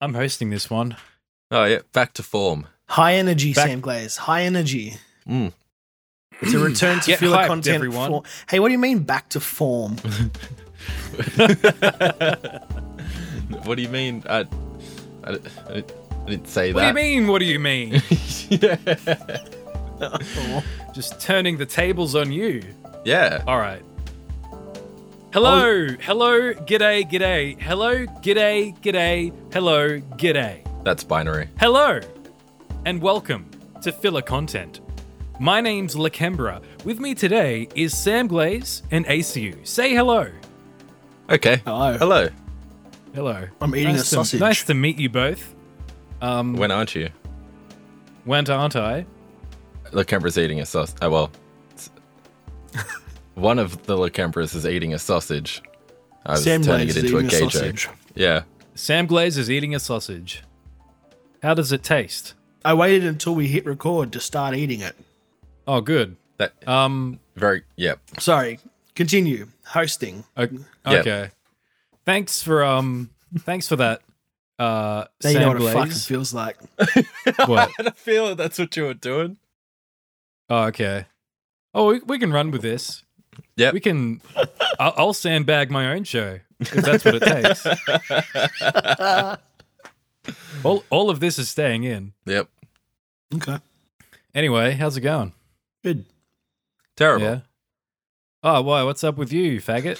I'm hosting this one. Oh yeah, back to form. High energy, Back- Sam Glaze. High energy. Mm. It's a return to Get filler hyped, content. everyone. form- Hey, what do you mean back to form? What do you mean? I, I, di- I di- I didn't say What do you that. mean? What do you mean? Oh. Just turning the tables on you. Yeah. All right. Hello, hello, g'day, g'day. Hello, g'day, g'day. Hello, g'day. That's binary. Hello, and welcome to Filler Content. My name's Lakembra. With me today is Sam Glaze and ACU. Say hello. Okay. Hello. Hello. Hello. I'm eating nice a to- sausage. nice to meet you both. Um, When aren't you? went aren't I? Lacambra's eating a sausage. Oh well. s- One of the Lacambras is eating a sausage. I was Sam turning Glaze it is into a eating a gay sausage. joke. Yeah. Sam Glaze is eating a sausage. How does it taste? I waited until we hit record to start eating it. Oh, good. That Um, very. Yeah. Sorry. Continue. Hosting. O- Yeah. Okay. Thanks for um. Thanks for that. Uh, Now Sam you know what Glaze. a fuck it feels like. What? I had a feeling that's what you were doing. Oh, okay. Oh, we, we can run with this. Yep. We can. I'll, I'll sandbag my own show because that's what it takes. all all of this is staying in. Yep. Okay. Anyway, how's it going? Good. Terrible. Yeah. Oh, why? What's up with you, faggot?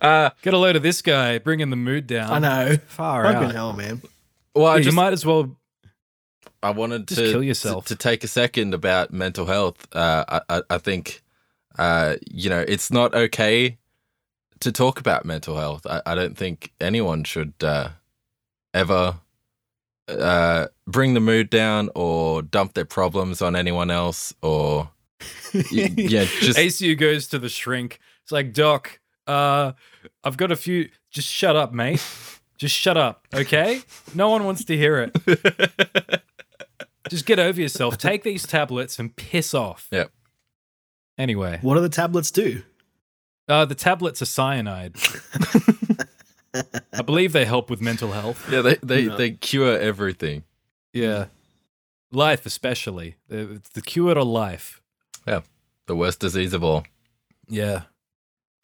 Uh, Get a load of this guy, bringing the mood down. I know. Far Fucking Oh, out. hell, man. well, I Yeah, you just might as well. I wanted Just to kill yourself. to, to take a second about mental health. Uh, I, I I think uh, you know it's not okay to talk about mental health. I, I don't think anyone should uh, ever uh, bring the mood down or dump their problems on anyone else or y- yeah just ACU goes to the shrink. It's like, Doc, uh, I've got a few. Just shut up, mate. Just shut up, okay? No one wants to hear it. Just get over yourself. Take these tablets and piss off. Yep. Anyway, What do the tablets do? uh, the tablets are cyanide. I believe they help with mental health. yeah they they, No. they cure everything. Yeah. Life, especially. The- It's the cure to life. The worst disease of all. Yeah.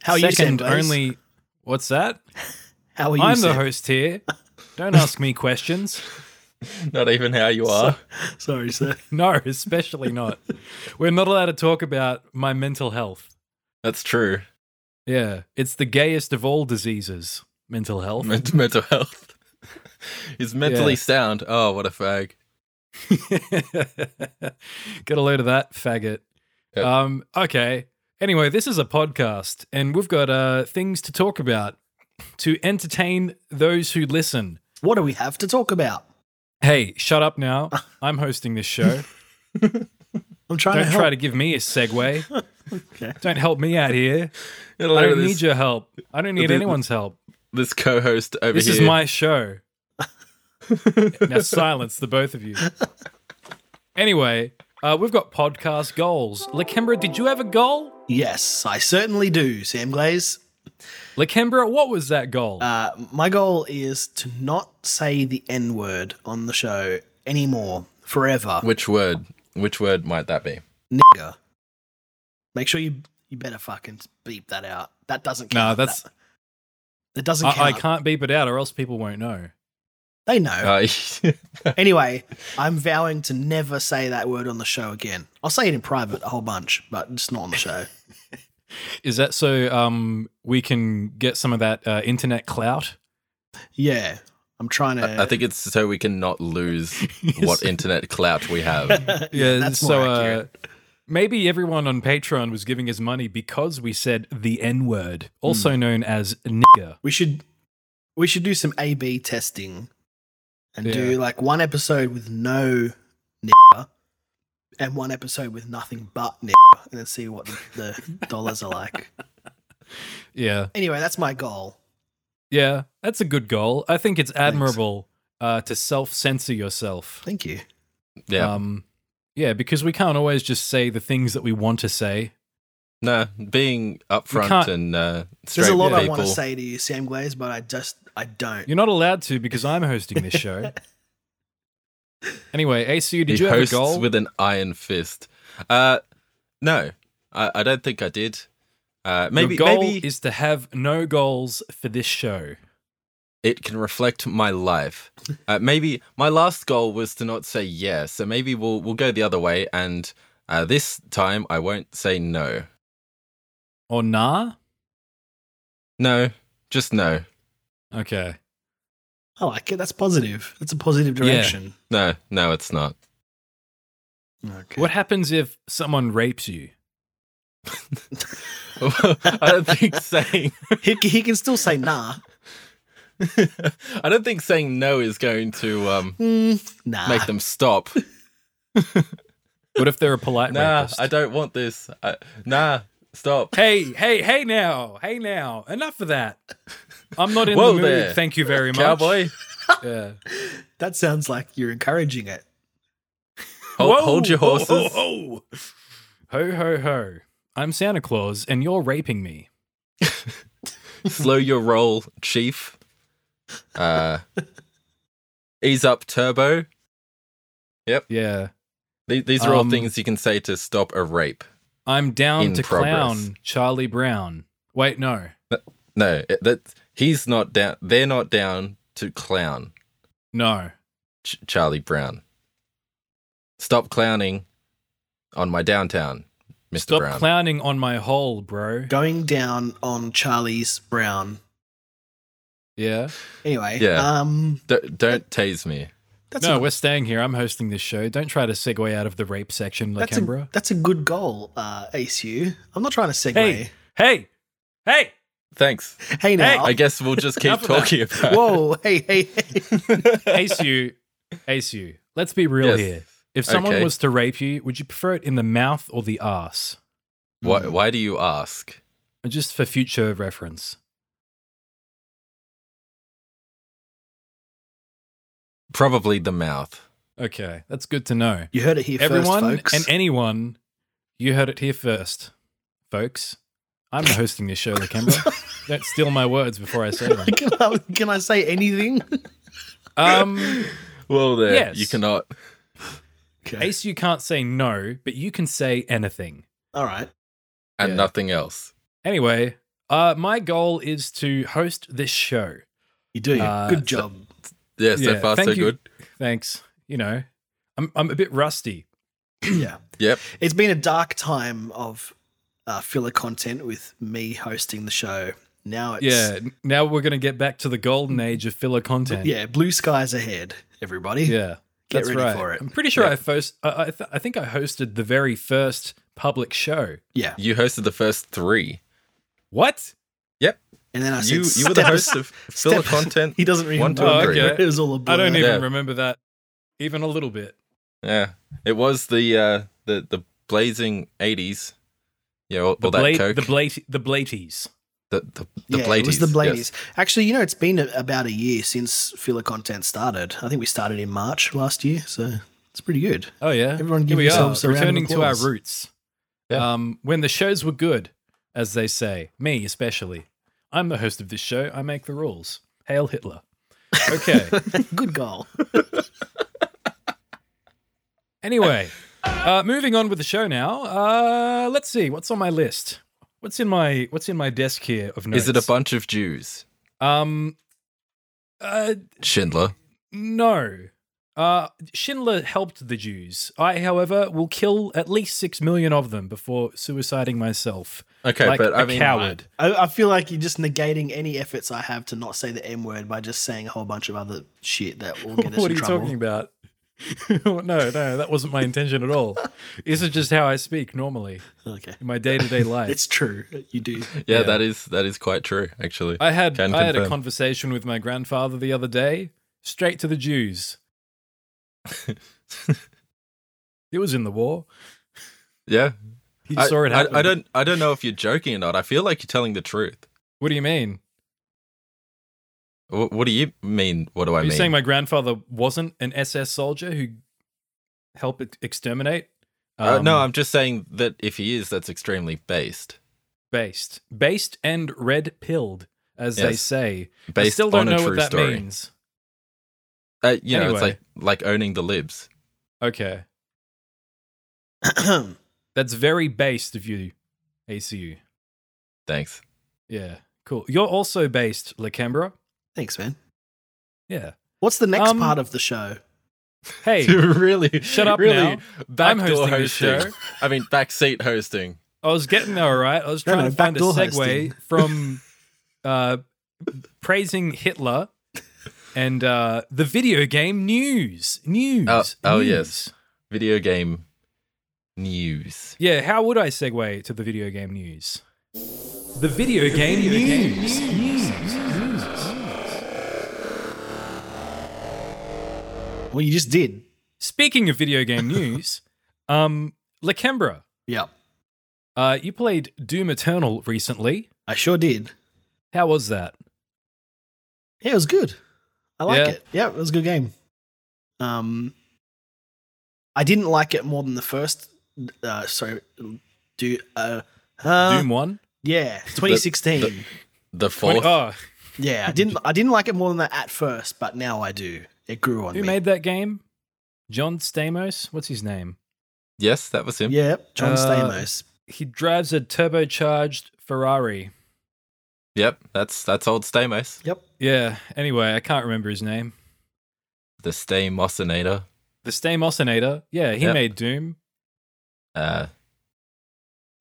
How are you, Sam Second Glaze? only. What's that? How are you, I'm the Sam? host here. Don't ask me questions. Not even how you are. Sorry, sir. No, especially not. We're not allowed to talk about my mental health. That's true. Yeah, it's the gayest of all diseases, mental health. Men- mental health. He's mentally Yeah. sound. Oh, what a fag. Get a load of that, faggot. Yep. Um, okay. Anyway, this is a podcast, and we've got uh, things to talk about to entertain those who listen. What do we have to talk about? Hey, shut up now. I'm hosting this show. I'm trying Don't to try help. to give me a segue. Okay. Don't help me out here. Get a I load don't of need this, your help. I don't need This- anyone's help. this co-host over This here. is my show. now silence the both of you. Anyway, uh, we've got podcast goals. Lakembra, did you have a goal? yes, I certainly do, Sam Glaze. Lakembra, what was that goal? Uh, my goal is to not say the N word on the show anymore, forever. Which word? Which word might that be? nigger. Make sure you you better fucking beep that out. That doesn't no, count. that's that, that doesn't count. I, I can't beep it out, or else people won't know. They know. Uh, anyway, I'm vowing to never say that word on the show again. I'll say it in private a whole bunch, but just not on the show. Is that so? Um, we can get some of that uh, internet clout. yeah, I'm trying to. I think it's so we can not lose what internet clout we have. Yeah, that's so more uh, accurate. maybe everyone on Patreon was giving us money because we said the N word, also Hmm. known as nigger. we should we should do some A/B testing and Yeah. do like one episode with no nigger and one episode with nothing but nigger, and then see what the, the dollars are like. Yeah. Anyway, that's my goal. Yeah, that's a good goal. I think it's admirable uh, to self censor yourself. Thank you. Yeah. Um, yeah, because we can't always just say the things that we want to say. no, being can't- upfront and uh, straight There's a lot with I people. want to say to you, Sam Glaze, but I just I don't. You're not allowed to because I'm hosting this show. anyway, ACU, did he you have a hosts goal? with an iron fist. Uh, no, I, I don't think I did. Uh, maybe Your goal maybe is to have no goals for this show. it can reflect my life. Uh, maybe my last goal was to not say yes, so maybe we'll we'll go the other way, and uh, this time I won't say no. Or nah? No, just no, Okay. I like it. That's positive. That's a positive Yeah. direction. no, no. It's not. Okay. What happens if someone rapes you? I don't think saying He, he can still say nah. I don't think saying no is going to um, Mm, nah. make them stop. What if they're a polite Nah, rapist? I don't want this. I, nah, stop. Hey, hey, hey now. Hey now. Enough of that. I'm not in Whoa the mood. there, Thank you very much. Cowboy, Yeah. That sounds like you're encouraging it. hold, Whoa, hold your ho, Ho horses. ho. ho ho ho. I'm Santa Claus and you're raping me. Slow your roll, Chief. Uh, ease up, Turbo. Yeah. These, these are all Um, things you can say to stop a rape. I'm down In to progress. clown Charlie Brown. Wait, no. No, it- that he's not down. They're not down to clown No. Ch- Charlie Brown. Stop clowning on my downtown, Mr. Stop Brown. clowning on my hole, bro. Going down on Charlie's Brown. Yeah. Anyway, Yeah. um, D- don't tase me. that's no, a, we're staying here. I'm hosting this show. Don't try to segue out of the rape section, that's a Lacambra. that's a good goal, uh, ACU. I'm not trying to segue. Hey, Hey, hey, hey. Thanks. now, I guess we'll just keep Oh, Enough of that. talking about. it. whoa, hey, hey, hey. Ace you, ace you. Let's be real Yes. here. If someone Okay. was to rape you, would you prefer it in the mouth or the ass? Why, why do you ask? Just for future reference. Probably the mouth. Okay, that's good to know. You heard it here Everyone first, folks. and anyone, you heard it here first, folks. I'm hosting this show, Lacambra. Don't steal my words before I say them. can, I, can I say anything? Um, Well, there. Yes. You cannot. Okay. Ace, you can't say no, but you can say anything. All right. And Yeah. nothing else. Anyway, uh, my goal is to host this show. You do. Uh, good job. Yeah, so Yeah, far, thank so you. good. Thanks. You know, I'm I'm a bit rusty. yeah. Yep. It's been a dark time of uh, filler content with me hosting the show. Now it's yeah. n- Now we're gonna get back to the golden age of filler content. yeah, blue skies ahead, everybody. Yeah. Get that's ready right. for it. I'm pretty sure Yeah. I host. I I, th- I think I hosted the very first public show. Yeah. You hosted the first three. What? And then I said, You you were the "Step host as- of filler step- content. He doesn't One, even two, and remember. three. It was all a blur. I don't even Yeah. remember that, even a little bit. Yeah, it was the uh, the the blazing eighties. Yeah, all, all that Bla- coke. the blate, the blaties. the the, the Yeah, Bladies, it was the yes. Bladies. Actually, you know, it's been a, about a year since filler content started. I think we started in March last year, so it's pretty good. Oh yeah. Everyone Here give we are, yourselves a round of returning to our applause. roots. Yeah. Um, when the shows were good, as they say, me especially. I'm the host of this show. I make the rules. Hail Hitler. Okay. good goal. anyway, uh, moving on with the show now. Uh, let's see what's on my list. What's in my What's in my desk here of notes? Is it a bunch of Jews? um? Uh, Schindler. no. Uh, Schindler helped the Jews. I, however, will kill at least six million of them before suiciding myself. Okay, like but a I mean, coward. I, I feel like you're just negating any efforts I have to not say the M word by just saying a whole bunch of other shit that will get us what are in you trouble. talking about? no, no, that wasn't my intention at all. This is just how I speak normally Okay. in my day to day life. It's true. You do. Yeah, Yeah. that is that is quite true, actually. I had Can I had a confirm. conversation with my grandfather the other day, straight to the Jews. it was in the war. yeah, He I, saw it I- happen. I, don't I don't know if you're joking or not. I feel like you're telling the truth. What do you mean? What, what do you mean? What do I Are you mean? saying my grandfather wasn't an SS soldier who helped ex- exterminate? Uh, Um, no, I'm just saying that if he is, that's extremely based. based, based and red pilled. as they Yes. say. I Based still don't on a know true what that story. means. Uh, you know, it's Anyway. like like owning the libs. Okay. Ahem. That's very based of you, ACU. Thanks. Yeah. Cool. You're also based, Lacambra. Thanks, man. Yeah. What's the next Um, part of the show? Hey, really? Shut up really now. I'm Backdoor hosting hosting. this show. I mean, backseat hosting. I was getting there, all right. I was No, trying no, to find a backdoor segue hosting. from uh, praising Hitler and uh, the video game news. News. Oh- oh, news. yes. Video game news. Yeah, how would I segue to the video game news? The video game news. News. Well, you just did. Speaking of video game news, um, Lakembra, Yep. uh, you played Doom Eternal recently. I sure did. How was that? Yeah, it was good. I like Yeah. it. Yeah, it was a good game. Um, I didn't like it more than the first. Uh, sorry, do uh, uh Doom One. yeah, 2016. The Twenty- fourth. Oh, yeah, I didn't. I didn't like it more than that at first, but now I do. It grew on who me. made that game? John Stamos. What's his name? Yes, that was him. yeah, John Uh, Stamos. He drives a turbocharged Ferrari. Yep, that's that's old Stamos, Yep. Yeah. Anyway, I can't remember his name. the Stamosinator. The Stamosinator. Yeah, he Yep. made Doom. Uh,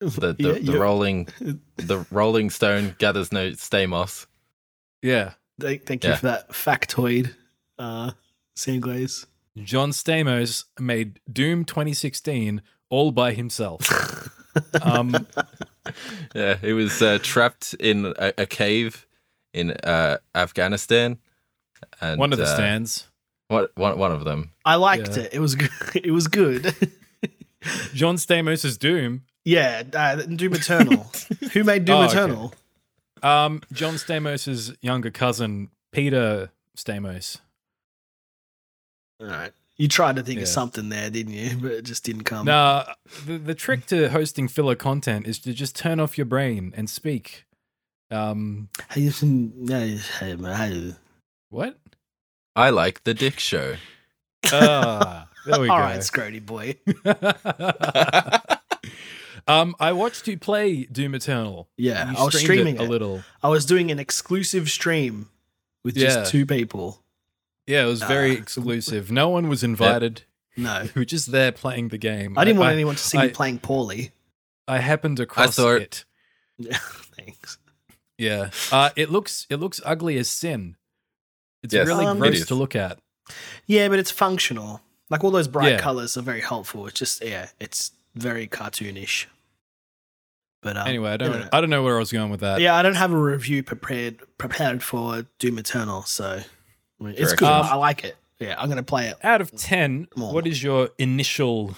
the the, Yeah, the you're- rolling the Rolling Stone gathers no Stamos. Yeah. Thank, thank you Yeah. for that factoid, uh, Sam Glaze. John Stamos made Doom 2016 all by himself. um, Yeah, he was uh, trapped in a, a cave in uh, Afghanistan. And, one of the uh, stands. One, one, one of them. I liked Yeah. it. It was good. It was good. John Stamos' Doom. yeah, uh, Doom Eternal. Who made Doom Oh, okay. Eternal? Um, John Stamos' younger cousin, Peter Stamos. All right. You tried to think Yeah. of something there, didn't you? But it just didn't come. Nah, the, the trick to hosting filler content is to just turn off your brain and speak. Um, All what? I like the Dick Show. Ah, there we go. right, Scrody boy. um, I watched you play Doom Eternal. Yeah, You I was streamed streaming it. a little. I was doing an exclusive stream with Yeah. just two people. Yeah, it was very Ah. exclusive. No one was invited. No, We were just there playing the game. I didn't want anyone to see I- me playing poorly. I happened across thought- it. Thanks. Yeah. Uh, it looks it looks ugly as sin. It's Yes, really Um, it gross is. to look at. Yeah, but it's functional. Like all those bright Yeah. colors are very helpful. It's just yeah, it's very cartoonish. But um, Anyway, I don't know. I don't know where I was going with Uh, that. yeah, I don't have a review prepared prepared for Doom Eternal, so I mean, it's Correct. good. Um, I like it. Yeah, I'm gonna play it. Out of ten, More. what is your initial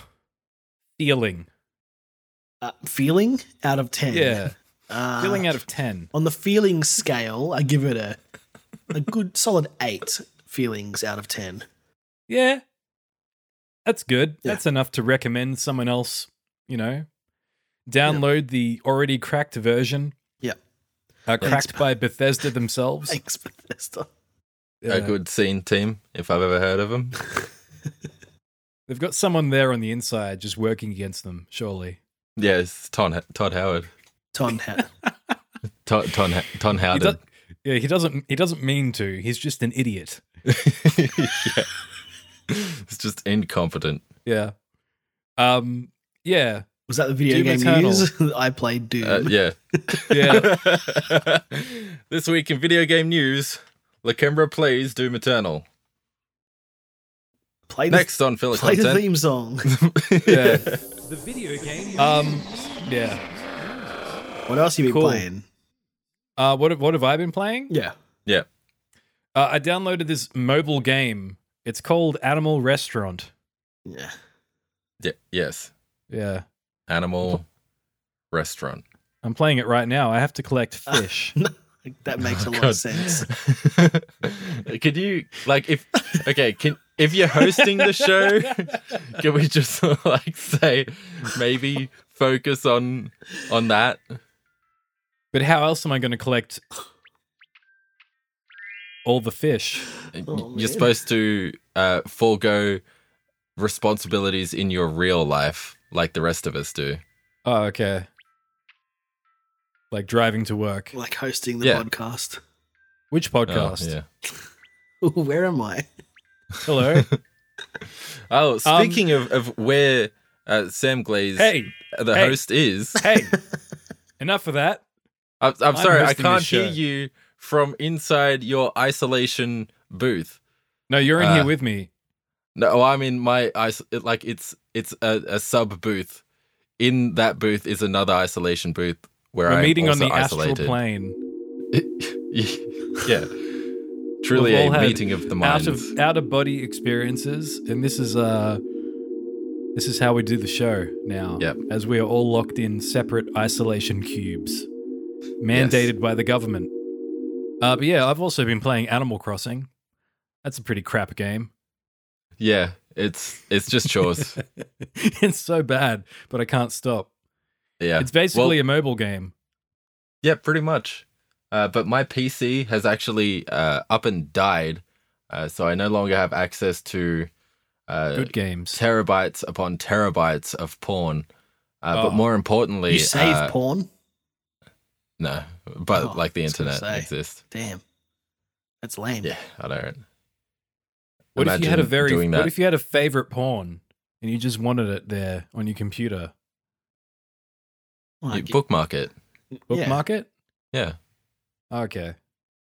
feeling? Uh, feeling out of ten. Yeah. uh, feeling out of ten. on the feeling scale, I give it a a good solid eight feelings out of ten. Yeah. That's good. Yeah. That's enough to recommend someone else, you know. Download the already cracked version. Yeah. Uh, Thanks. cracked by Bethesda themselves. Thanks, Bethesda. Yeah. A good scene team, if I've ever heard of them. They've got someone there on the inside just working against them, surely. Yeah, it's Ton, Todd Howard. Ton hat. Ton, Ton, Ton He Howard. does, yeah, he doesn't he doesn't mean to. He's just an idiot. yeah. It's just incompetent. Yeah. Um yeah. Was that the video Doom game Eternal. news? I played Doom. Uh, yeah. Yeah. this week in video game news, Lakembra plays Doom Eternal. play the, Next on Filler play the Content. theme song. Yeah. yeah. the video game. Um yeah. what else you been Cool. playing? Uh what have- what have I been playing? Yeah. Uh, I downloaded this mobile game. It's called Animal Restaurant. Yeah. yeah. Yes. Yeah. Animal restaurant. I'm playing it right now. I have to collect fish. That makes a lot Oh, God. of sense. Could you like if okay, can if you're hosting the show, can we just like say maybe focus on on that? but how else am I going to collect all the fish. Oh, You're man. supposed to uh, forego responsibilities in your real life, like the rest of us do. Oh, okay. Like driving to work. like hosting the Yeah. podcast. Which podcast? Oh, yeah. Where am I? Hello. Oh, Um, speaking of, of where uh, Sam Glaze, hey, the hey. host, is, hey. Enough of that. I'm, I'm I'm sorry, I hosting this can't hear show. you from inside your isolation booth. No, you're in Uh, here with me. No, I'm in my is- it- like it's it's a, a sub booth. In that booth is another isolation booth where We're I'm meeting on also the isolated. astral plane. yeah, truly We've all a had meeting of the minds. Out of out of body experiences, and this is uh this is how we do the show now. Yep. As we are all locked in separate isolation cubes. Mandated by the government. Uh but yeah, I've also been playing Animal Crossing. That's a pretty crap game. yeah, it's it's just chores. it's so bad, but I can't stop. yeah, It's basically Well- a mobile game. Yeah, pretty much. Uh, but my PC has actually uh, up and died, uh, so I no longer have access to uh, Good games. terabytes upon terabytes of porn. Uh, Oh. But more importantly, You save uh, porn? no, but Oh, like the I was gonna internet say. exists. Damn. That's lame. Yeah, I don't. What if you had a imagine very doing what that. if you had a favorite porn and you just wanted it there on your computer? You Like, bookmark it, Bookmark it? yeah, Okay.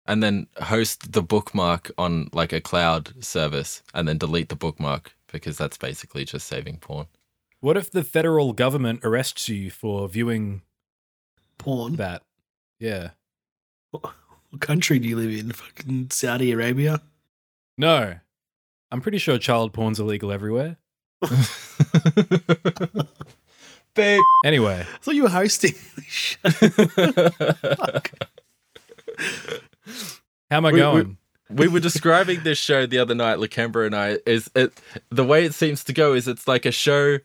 and then host the bookmark on like a cloud service, and then delete the bookmark because that's basically just saving porn. What if the federal government arrests you for viewing porn. that? Yeah. What country do you live in? Fucking Saudi Arabia? No. I'm pretty sure child porn's illegal everywhere. Babe. Anyway, I thought you were hosting. Shut how am I We- we- going? we were describing this show the other night, Lakemba and I. Is it the way it seems to go? Is it's like a show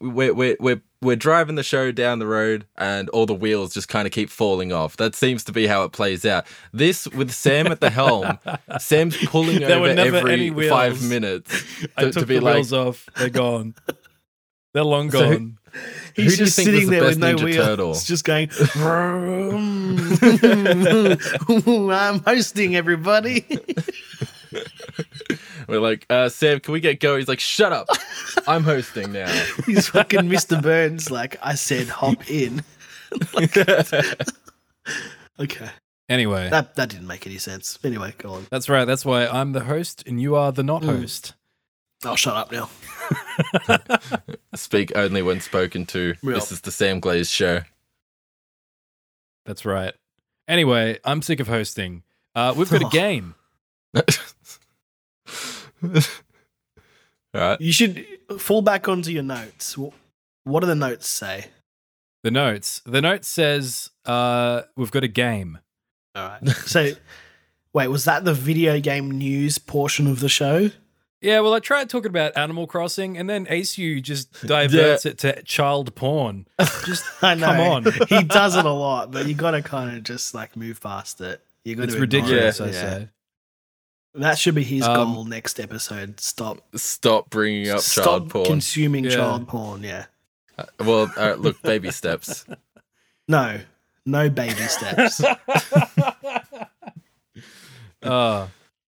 where we're we're we're driving the show down the road, and all the wheels just kind of keep falling off. That seems to be how it plays out. This with Sam at the helm, Sam's pulling There were over never any every wheels. five minutes I to, took to be the like, wheels off. They're gone. They're long So who- gone. Who do you think was the best Ninja Turtle? It's just going. "Vroom." I'm hosting everybody. we're like, uh, Sam, can we get going? He's like, shut up, I'm hosting now. He's fucking Mr. Burns. Like I said, hop in. Okay, Anyway. that that didn't make any sense. Anyway, go on. That's right. That's why I'm the host and you are the not Mm. Hmm. host. I'll Oh, shut up now. Speak only when spoken to. Yeah. This is the Sam Glaze show. That's right. Anyway, I'm sick of hosting. Uh, we've got a game. All right. You should fall back onto your notes. Wh- What do the notes say? The notes. The note says uh, we've got a game. All right. So, wait, was that the video game news portion of the show? Yeah, well, I tried talking about Animal Crossing, and then ACU just diverts it to child porn. Just I know. Come on. he does it a lot, but you got to kind of just like move past it. You got it's to ridiculous. Yeah. I say. That should be his Um, goal next episode. Stop. Stop bringing up stop child porn. consuming Yeah. child porn. Yeah. well, all right, look, baby steps. No. No baby steps. Uh,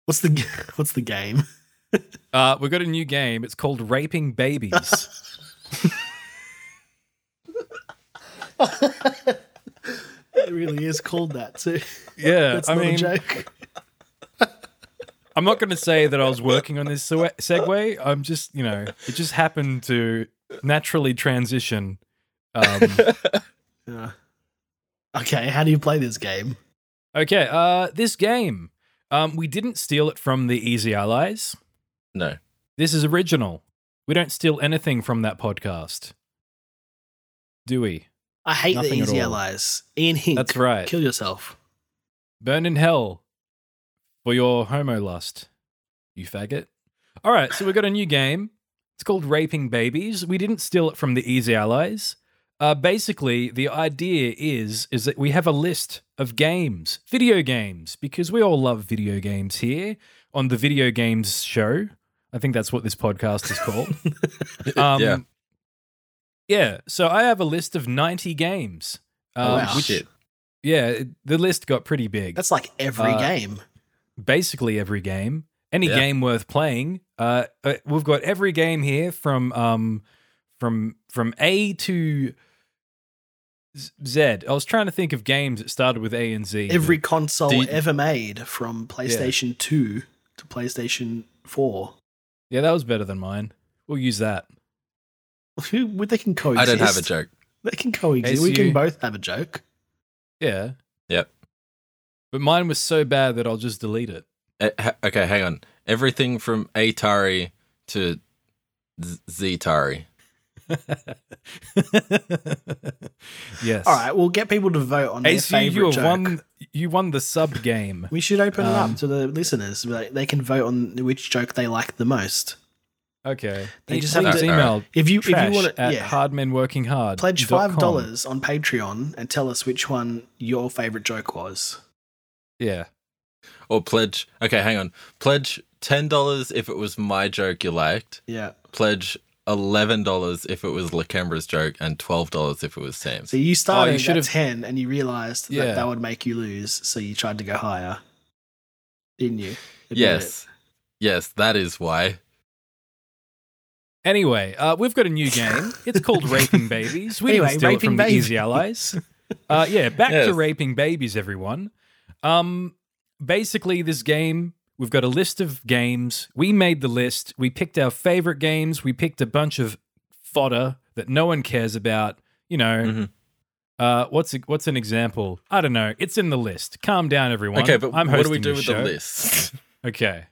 what's the g- What's the game? uh, we've got a new game. It's called Raping Babies. It really is called that too. yeah, That's I not mean, a joke. I'm not going to say that I was working on this se- segue. I'm just, you know, it just happened to naturally transition. Um, Yeah. Okay, how do you play this game? okay, uh, this game, um, we didn't steal it from the Easy Allies. No. This is original. We don't steal anything from that podcast, do we? I hate Nothing the at easy all. allies. Ian Hink. That's right. Kill yourself. Burn in hell for your homo lust, you faggot. All right, so we've got a new game. It's called Raping Babies. We didn't steal it from the Easy Allies. Uh, basically, the idea is is that we have a list of games, video games, because we all love video games here on the Video Games Show. I think that's what this podcast is called. Um, Yeah. yeah, So I have a list of 90 games. Um, Oh, wow. which, Shit. yeah, it- the list got pretty big. That's like every Uh, game. basically every game, any Yeah. game worth playing. Uh, uh, we've got every game here from um, from from A to Z- Z. I was trying to think of games that started with A and Z. Every console Do you- ever made from PlayStation 2 to PlayStation 4. yeah, that was better than mine. We'll use that. Who would they can I coexist? don't have a joke. They can coexist. we ACU. can both have a joke. Yeah. Yep. But mine was so bad that I'll just delete it. Eh, ha- Okay, hang on. Everything from Atari to Z- Zetari. yes. All right, we'll get people to vote on their AC, you favorite have joke. won. You won the sub game. We should open it Um, up to the listeners. They they can vote on which joke they like the most. Okay. They just have Please to- email If you if you trash want to at yeah, hardmenworkinghard. pledge five dollars on Patreon and tell us which one your favorite joke was. Yeah. Or pledge. Okay, hang on. Pledge $10 if it was my joke you liked. Yeah. Pledge $11 if it was LaCambra's joke. And $12 if it was Sam's. So you started Oh, you should have- at ten and you realized Yeah. that that would make you lose, so you tried to go higher. Didn't you? Admit it. yes. Yes, that is why. Anyway, uh, we've got a new game. It's called Raping Babies. We Anyway, didn't steal it Raping from the Easy Babies. Allies. Uh, yeah, back to Yes. Raping Babies, everyone. Um, basically, this game, we've got a list of games. We made the list. We picked our favorite games. We picked a bunch of fodder that no one cares about. You know, Mhm. uh, what's a, what's an example? I don't know. It's in the list. Calm down, everyone. Okay, but I'm what do we hosting do this with show. the list? Okay.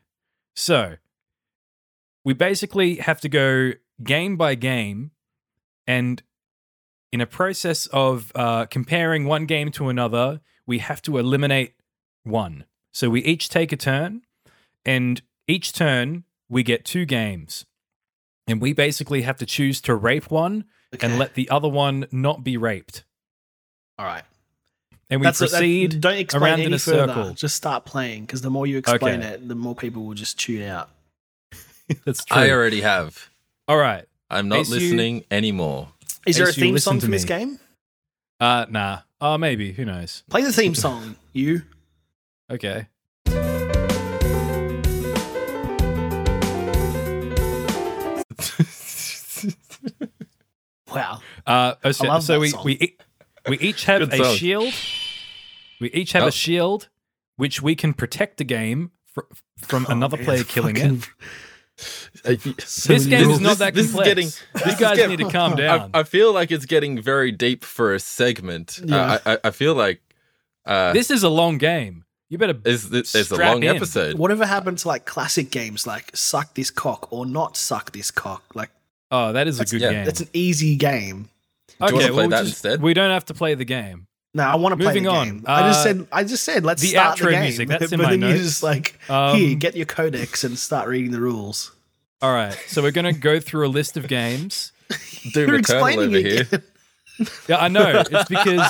So we basically have to go game by game and in a process of uh, comparing one game to another, we have to eliminate one. So we each take a turn, and each turn we get two games. And we basically have to choose to rape one Okay. and let the other one not be raped. All right. And we That's a- that- proceed. don't explain around any in a further. circle. Just start playing because the more you explain Okay. it, the more people will just tune out. That's I true. already have. All right. I'm not Ace, you- listening anymore. Is there a Ace, you theme listen song to for this me. game? Uh, nah. Uh, maybe. Who knows? Play the theme song. You. Okay. Wow. Uh, oh, so, love so that we, song. we e- we each have Good a song. shield. We each have Oh. a shield, which we can protect the game fr- from another Oh, man, player killing fucking- it. So This many game rules. is not that this is complex. getting- you is guys getting- need to calm I, down. I feel like it's getting very deep for a segment. Uh, Yeah. I, I, I feel like uh, this is a long game. You better. is this is a strap long in. episode. Whatever happened to like classic games like suck this cock or not suck this cock? Like Oh, that is a good yeah, game. that's an easy game. Do you wanna play we'll that just- instead? We don't have to play the game. No, I want to play the Moving on. game. I just Uh, said I just said let's the start the outro game. music, that's in but my then notes. you just like Um, here, get your codex and start reading the rules. All right. So we're gonna go through a list of games. Do You're Returnal explaining over it here. again. Yeah, I know. It's because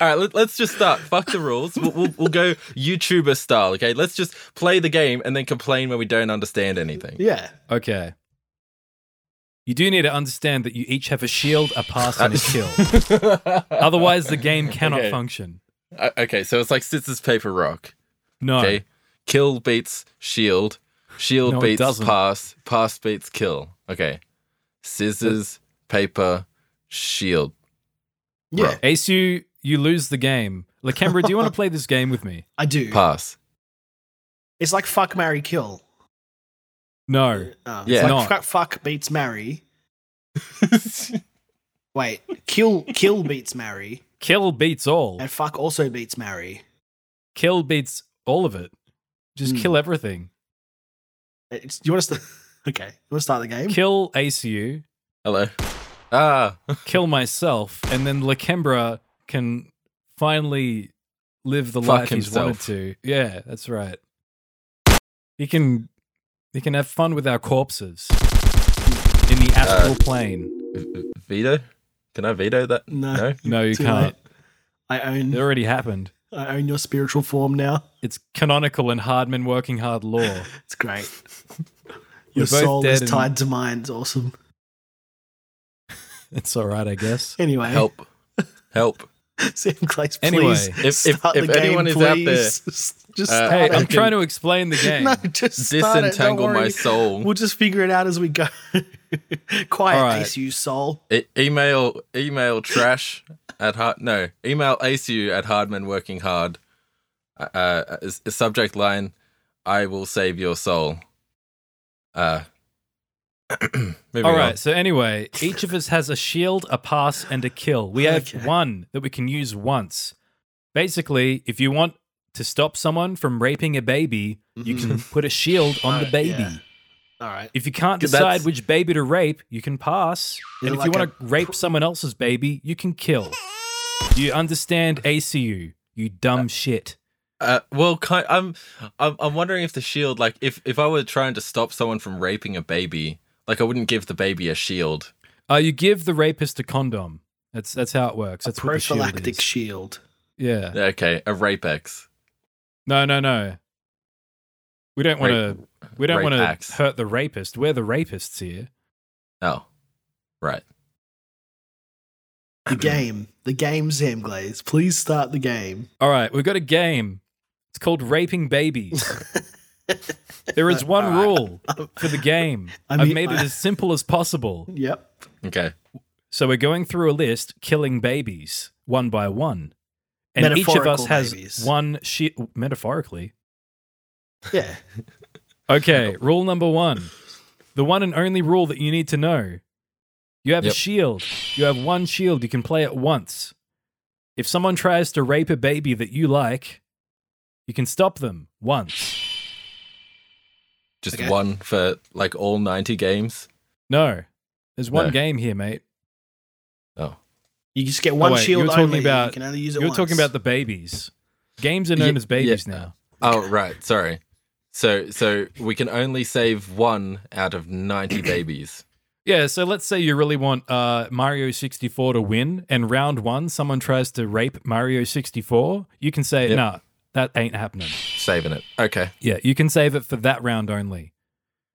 All right, let, let's just start. Fuck the rules. We'll, we'll, we'll go YouTuber style. Okay, let's just play the game and then complain when we don't understand anything. Yeah. okay. You do need to understand that you each have a shield, a pass, and a kill. Otherwise, the game cannot Okay. function. Uh, okay, so it's like scissors, paper, rock. No. Okay, kill beats shield, shield No, it beats doesn't. pass, pass beats kill. Okay, scissors, paper, shield. Yeah. rock. Ace, you, you lose the game. Lakembra, do you want to play this game with me? I do. pass. It's like fuck Mary Kill. No. Uh, Yeah. It's like Not. fuck, fuck beats Mary. Wait, kill kill beats Mary, Kill beats all. and fuck also beats Mary. Kill beats all of it. Just Hmm. kill everything. It's, you want to st- okay? You want to start the game? Kill ACU, Hello. Ah, kill myself, and then Lakembra can finally live the Fuck life himself. he's wanted to. Yeah, that's right. He can he can have fun with our corpses in the Uh, astral plane. veto. Can I veto that? No, No. No, you too can't. late. I own It already happened. I own your spiritual form now. It's canonical in Hardman working hard law. It's great. We're Your both soul is dead and- tied to mine. It's awesome. It's all right, I guess. Anyway, Help. Help. Sam Clace, please Anyway, if- if- start if the game, anyone is please. out there, just uh, start Hey, it. I'm trying to explain the game. no, just start it. Don't Disentangle my worry. soul. We'll just figure it out as we go. Quiet, All right. ace, you soul. E- email email trash at hard no email acu at hardman working hard uh, uh s- subject line i will save your soul uh moving All right. So anyway, each of us has a shield, a pass, and a kill. We have Okay. one that we can use once. Basically, if you want to stop someone from raping a baby, you can put a shield on the Oh, Mm-hmm. baby. Mm-hmm. yeah. All right. If you can't That's- decide which baby to rape, you can pass. Is and if it you like want to rape someone else's baby, you can kill. Do you understand ACU? You dumb shit. uh well ki I'm, I'm i'm wondering if the shield like if if i were trying to stop someone from raping a baby like i wouldn't give the baby a shield Uh, you give the rapist a condom. That's that's how it works. That's what the shield Prophylactic is. shield. yeah. okay a rapex No, no, no. We don't want to. We don't rape want axe. to hurt the rapist. We're the rapists here. oh right The game. The game, Sam Glaze. Please start the game. All right, we've got a game. It's called Raping Babies. there is one rule for the game. I I've mean, made it I- as simple as possible. Yep. okay So we're going through a list, killing babies one by one, and each of us Metaphorical has babies. one she- metaphorically. Yeah. Okay, rule number one. The one and only rule that you need to know. You have a Yep. shield. You have one shield. You can play it once. If someone tries to rape a baby that you like, you can stop them once. just Okay. one for like all 90 games No. There's one No. game here, mate. oh You just get one wait, you shield were talking only. about- you can only use it You're once. talking about the babies. Games are known Ye- as babies yeah. now. Oh right, sorry. So so we can only save one out of ninety babies. Yeah, so let's say you really want uh, Mario 64 to win, and round one, someone tries to rape Mario 64. You can say, Yep. nah, that ain't happening. Saving it. Okay. Yeah, you can save it for that round only,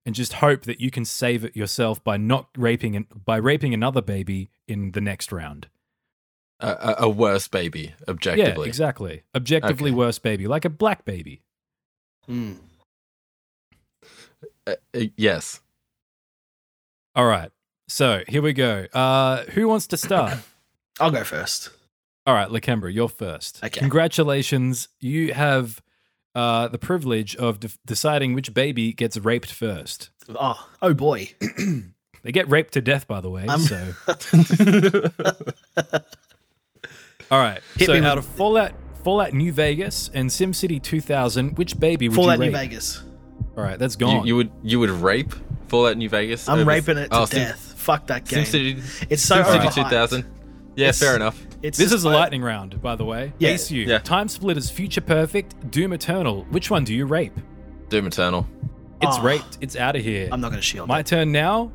and just hope that you can save it yourself by not raping and by raping another baby in the next round. A, a, a worse baby, Yeah, objectively. exactly. Objectively Okay. worse baby, like a black baby. Mm. Uh, uh, yes. All right, so here we go. Uh, who wants to start? I'll go first. All right, Lakembra, you're first. Okay. Congratulations, you have uh, the privilege of de- deciding which baby gets raped first. Ah. Oh, oh boy. They get raped to death, by the way. I'm- So, all right. Hit so, me with- out of Fallout, Fallout New Vegas and SimCity 2000, which baby would Fallout you New rape? Vegas. All right, that's You, gone. you would you would rape Fallout New Vegas? I'm over- raping it to Oh, Sim- death. Fuck that game. SimCity. It's so SimCity overhyped. 2000. Yeah, It's- fair enough. It's this just is a like- lightning round, by the way. Yeah. Ace you. Yeah. Time Splitters, Future Perfect, Doom Eternal. Which one do you rape? Doom Eternal. It's Ah. raped. It's out of here. I'm not gonna shield. My it. turn now.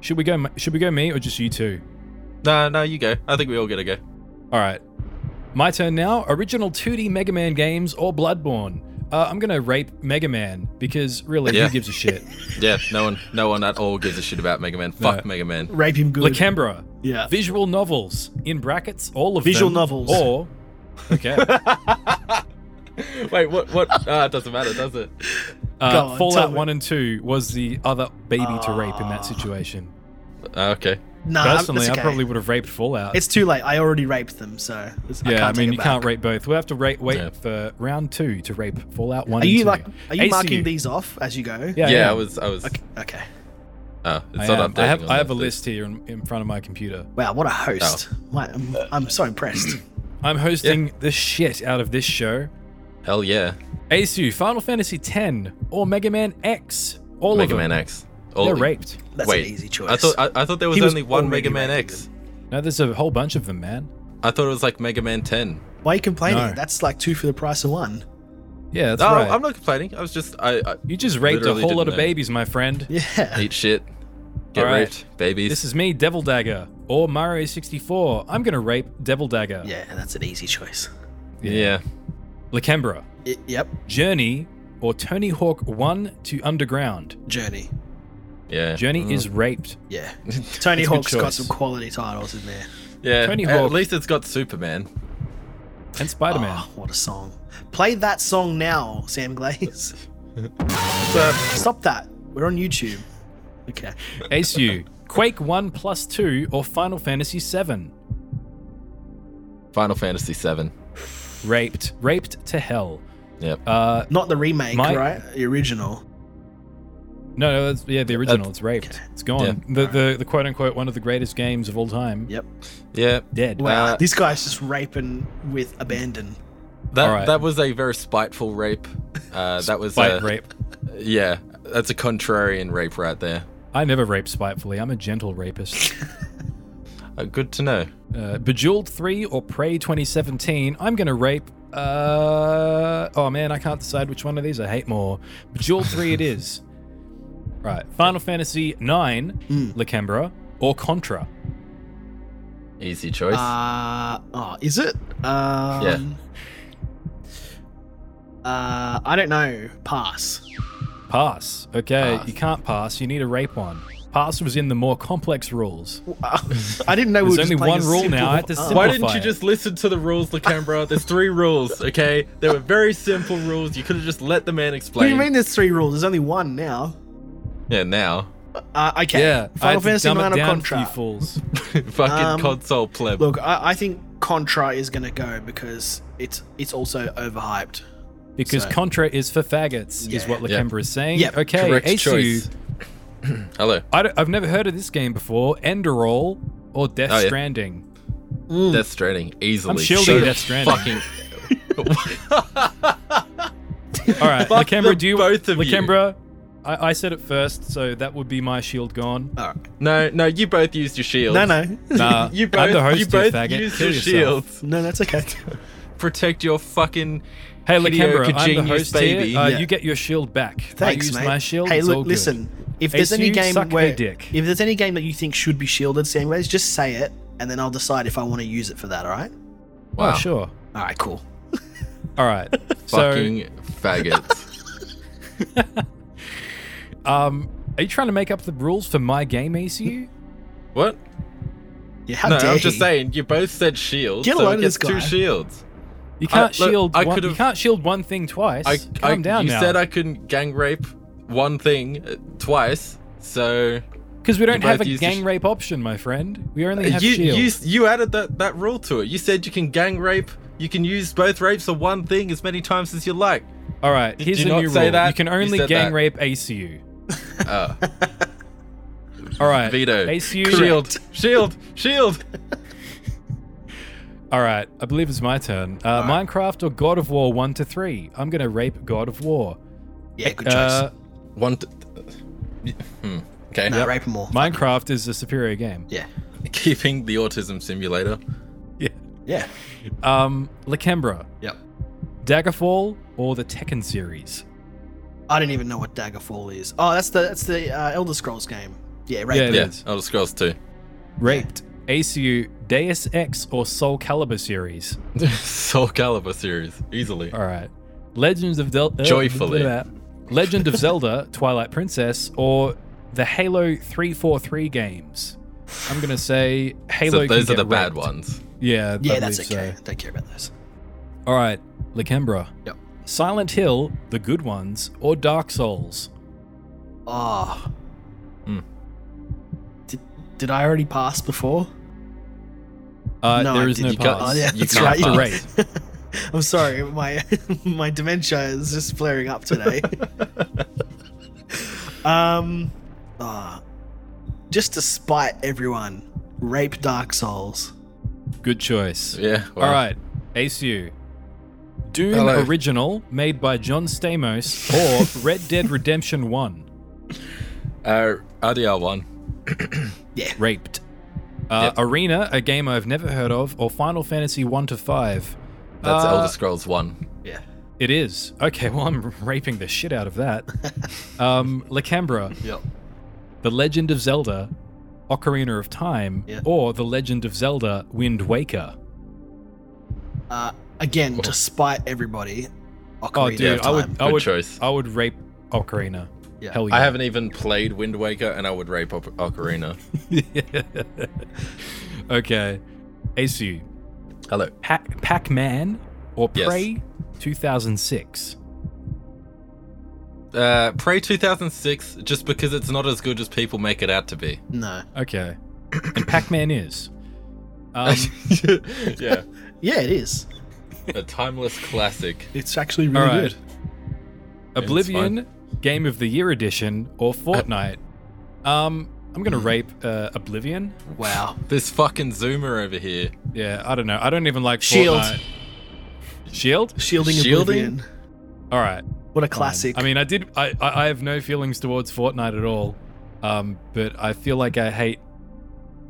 Should we go? Should we go me or just you two? No, no, you go. I think we all get a go. All right. My turn now. Original 2D Mega Man games or Bloodborne? Uh, I'm going to rape Mega Man because really, Yeah. who gives a shit? Yeah, no one no one at all gives a shit about Mega Man. Fuck No. Mega Man. Rape him good. Lacambra. yeah. Visual novels, in brackets, all of Visual them. novels. Or. Okay. uh, Wait, what what ah it doesn't matter, does it? on, tell Fallout me. 1 and 2 was the other baby to rape in that situation. Ah, okay. Nah, I'm- Personally, it's I okay. probably would have raped Fallout. It's too late. I already raped them, so it's- I yeah, I, can't mean, take you it can't back. rape both. We'll have to rate, wait Yeah. for round 2 to rape Fallout 1 Are and you 2. like? Are you Ace, marking these off as you go? Yeah, Yeah, yeah. I was I was Okay. okay. oh, it's I, not am. updating I have, on I have this, a is it? list here in, in front of my computer. Wow, what a Oh. host! Why- I'm, I'm so impressed. I'm hosting the shit out of this show. Hell yeah. ASU, Final Fantasy X, or Mega Man X. All Mega of them. Man X. All They're of- raped. That's Wait, an easy choice. I thought I, I thought there was, He was only one already Mega Man raping X. No, there's a whole bunch of them, man. I thought it was like Mega Man 10. Why are you complaining? No. That's like two for the price of one. Yeah, that's No, right. Oh, I'm not complaining. I was just I, I you just raped a Literally whole lot of didn't know. babies, my friend. Yeah. eat shit, get All right. raped, babies. This is me, Devil Dagger. or Mario 64. I'm going to rape Devil Dagger. Yeah, that's an easy choice. Yeah. Lakembra. Y- yep. Journey or Tony Hawk 1 to Underground. Journey. Yeah. Journey is raped. Yeah. Tony That's a good Hawk's got choice. some quality titles in there. Yeah. Tony At Hawk. least it's got Superman. And Spider Man. Oh, what a song. Play that song now, Sam Glaze. Stop that. We're on YouTube. Okay. Oh. Ace you. Quake 1 plus 2 or Final Fantasy 7. Final Fantasy VII. Raped. Raped to hell. Yep. Uh, Not the remake, My- right? The original. no, no, that's, yeah, the original. It's raped. It's gone. Uh, Yeah. The, the, the quote unquote one of the greatest games of all time. Yep. Yeah. Dead. Wow. Uh, this guy's just raping with abandon. That Alright. that was a very spiteful rape. Uh, that was Spite a, rape. Yeah. That's a contrarian rape right there. I never rape spitefully. I'm a gentle rapist. Uh, good to know. Uh, Bejeweled 3 or Prey 2017. I'm going to rape. Uh, oh man, I can't decide which one of these I hate more. Bejeweled 3 it is. Right. Final Fantasy 9, Hmm. Lakembra, or Contra. Easy choice. Uh, oh, is it? Um, Yeah. Uh, I don't know. Pass. Pass. Okay, Pass. you can't pass. You need a rape one. Pass was in the more complex rules. I didn't know There's we were just only playing one a rule simple- now, I had to Oh. simplify Why didn't you it. just listen to the rules, Lacambra? There's three rules, okay? They were very simple rules. You could have just let the man What do explain. you mean there's three rules? There's only one now. Yeah, now. Uh, okay. Yeah, I had Final to Fantasy dumb it IX or down for Contra? You fools. Fucking Um, console pleb. Look, I, I think Contra is gonna go because it's it's also overhyped. Because So- Contra is for faggots, is Yeah. what Yeah. Lakembra is saying. Yeah, okay, Correct Ace you. choice. Hello. I have never heard of this game before. Enderall or Death Oh, yeah. Stranding. Death Stranding, easily. I'm shielding So Death Stranding. Fucking. All right, Fuck the Lakembra, do you both of you. Lakembra, I, I said it first, so that would be my shield gone. Uh, All right. No, no, you both used your shields. No, Uh, no, Nah, You both, I'm the host, you you both faggot. used Kill your yourself. shields. no. That's okay. Protect your fucking. Hey, Hideo Lakembra, I'm the Kojima, host baby. here. Uh, Yeah. You get your shield back. I Thanks, used mate. my shield. hey, it's all look, good. listen. If Ace, there's any you game suck where my dick. if there's any game that you think should be shielded, Sam Glaze, just say it, and then I'll decide if I want to use it for that. All right. Wow. Oh, sure. All right. Cool. All right. so, Fucking faggots. um, are you trying to make up the rules for my game, ACU? what? Yeah. How no, dare I'm just he? saying. You both said shields. Get a so load it of gets this two guy. shields. You can't I- Uh, look, shield. I one, you could've- can't shield one thing twice. I, Calm I down you now. said I couldn't gang rape one thing uh, twice, so because we don't you have a both used the gang sh- rape option, my friend. We only have you, shield. you you added that that rule to it. You said you can gang rape. You can use both rapes of one thing as many times as you like. All right. Did Here's you a not new say rule. that? You can You only said gang that. rape ACU. Oh, All right. veto. ACU. Shield, shield, shield. All right, I believe it's my turn. Uh, Minecraft or God of War one to three. I'm gonna rape God of War. Yeah. Good choice. Uh, One. T- hmm. Okay. no, rape 'em all. Minecraft is a superior game. yeah. Keeping the autism simulator. Yeah. Yeah. Um, Lakembra, Yep. Daggerfall, or the Tekken series. I don't even know what Daggerfall is. Oh, that's the that's the uh, Elder Scrolls game. Yeah. Rape. Yeah, them. it Yeah, is. Elder Scrolls too. Raped. ACU, Deus Ex, or Soul Calibur series. Soul Calibur series, easily. All right. Legends of Del- uh, Joyfully. blah, blah, blah. Legend of Zelda, Twilight Princess, or the Halo 343 games. I'm gonna say Halo. So can those are get the bad raped. ones. Yeah, Yeah. I that's believe so. okay. Don't care about those. All right, Lakembra. Yep. Silent Hill, The Good Ones, or Dark Souls? Oh. Hmm. Did, did I already pass before? Uh, No, there I is no didn't. You can't- pass. oh, yeah, You that's can't right. pass. Great. I'm sorry, my my dementia is just flaring up today. um, ah, just to spite everyone, rape Dark Souls. Good choice. Yeah. All well, right, ACU. Doom Hello. original made by John Stamos or Red Dead Redemption 1 Uh, RDR one. raped. Uh, Arena, a game I've never heard of, or Final Fantasy 1 to 5. That's Uh, Elder Scrolls one. Yeah. It is. Okay, well, I'm raping the shit out of that. Um, Lacambra, Yep. The Legend of Zelda, Ocarina of Time Yeah. or The Legend of Zelda Wind Waker. Uh, again, Cool. to spite everybody, Ocarina Oh, dude, of I Time. would, I Good would, choice. I would rape Ocarina. Yeah. Hell yeah. I haven't even played Wind Waker, and I would rape Oc- Ocarina. okay, Asu, Hello. Pac- Pac-Man or Yes. Prey, 2006. Uh, Prey 2006, just because it's not as good as people make it out to be. No. Okay, and Pac-Man is. Um, yeah, Yeah, it is. a timeless classic. It's actually all really right, good. Oblivion Game of the Year edition or Fortnite. um, I'm gonna rape uh, Oblivion. Wow. This fucking Zoomer over here. Yeah, I don't know. I don't even like Shield. Fortnite. Shield. Shielding, Shielding? Oblivion. All right. What a fine. classic. I mean, I did. I, I I have no feelings towards Fortnite at all, um, but I feel like I hate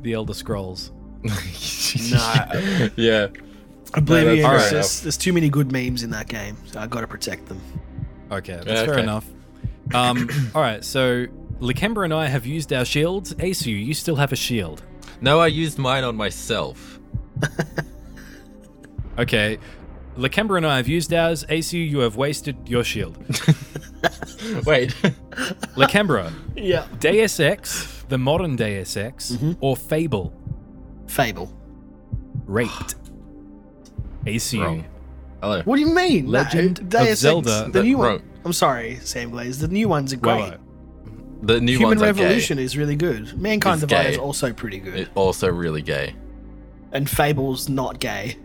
the Elder Scrolls. Nah. yeah. No, Oblivion. that's is fair just, there's too many good memes in that game, so I got to protect them. Okay, that's Yeah, fair okay. enough. Um, all right, so Lakemba and I have used our shields. Asu, you still have a shield. No, I used mine on myself. Okay, Lakemba and I have used ours. Asu, you have wasted your shield. Wait. Lakemba, Yeah. Deus Ex, the modern Deus Ex, Mm-hmm. or Fable, Fable. raped. Asu, Wrong. Hello. What do you mean? Legend Nah, of Ex- Zelda. The new Wrong. one. I'm sorry, Sam Glaze. The new one's are Wait, great. wait. The new Human ones are Revolution is really good. Mankind It's Divided gay. is also pretty good. gay. It- also really gay. and Fable's not gay.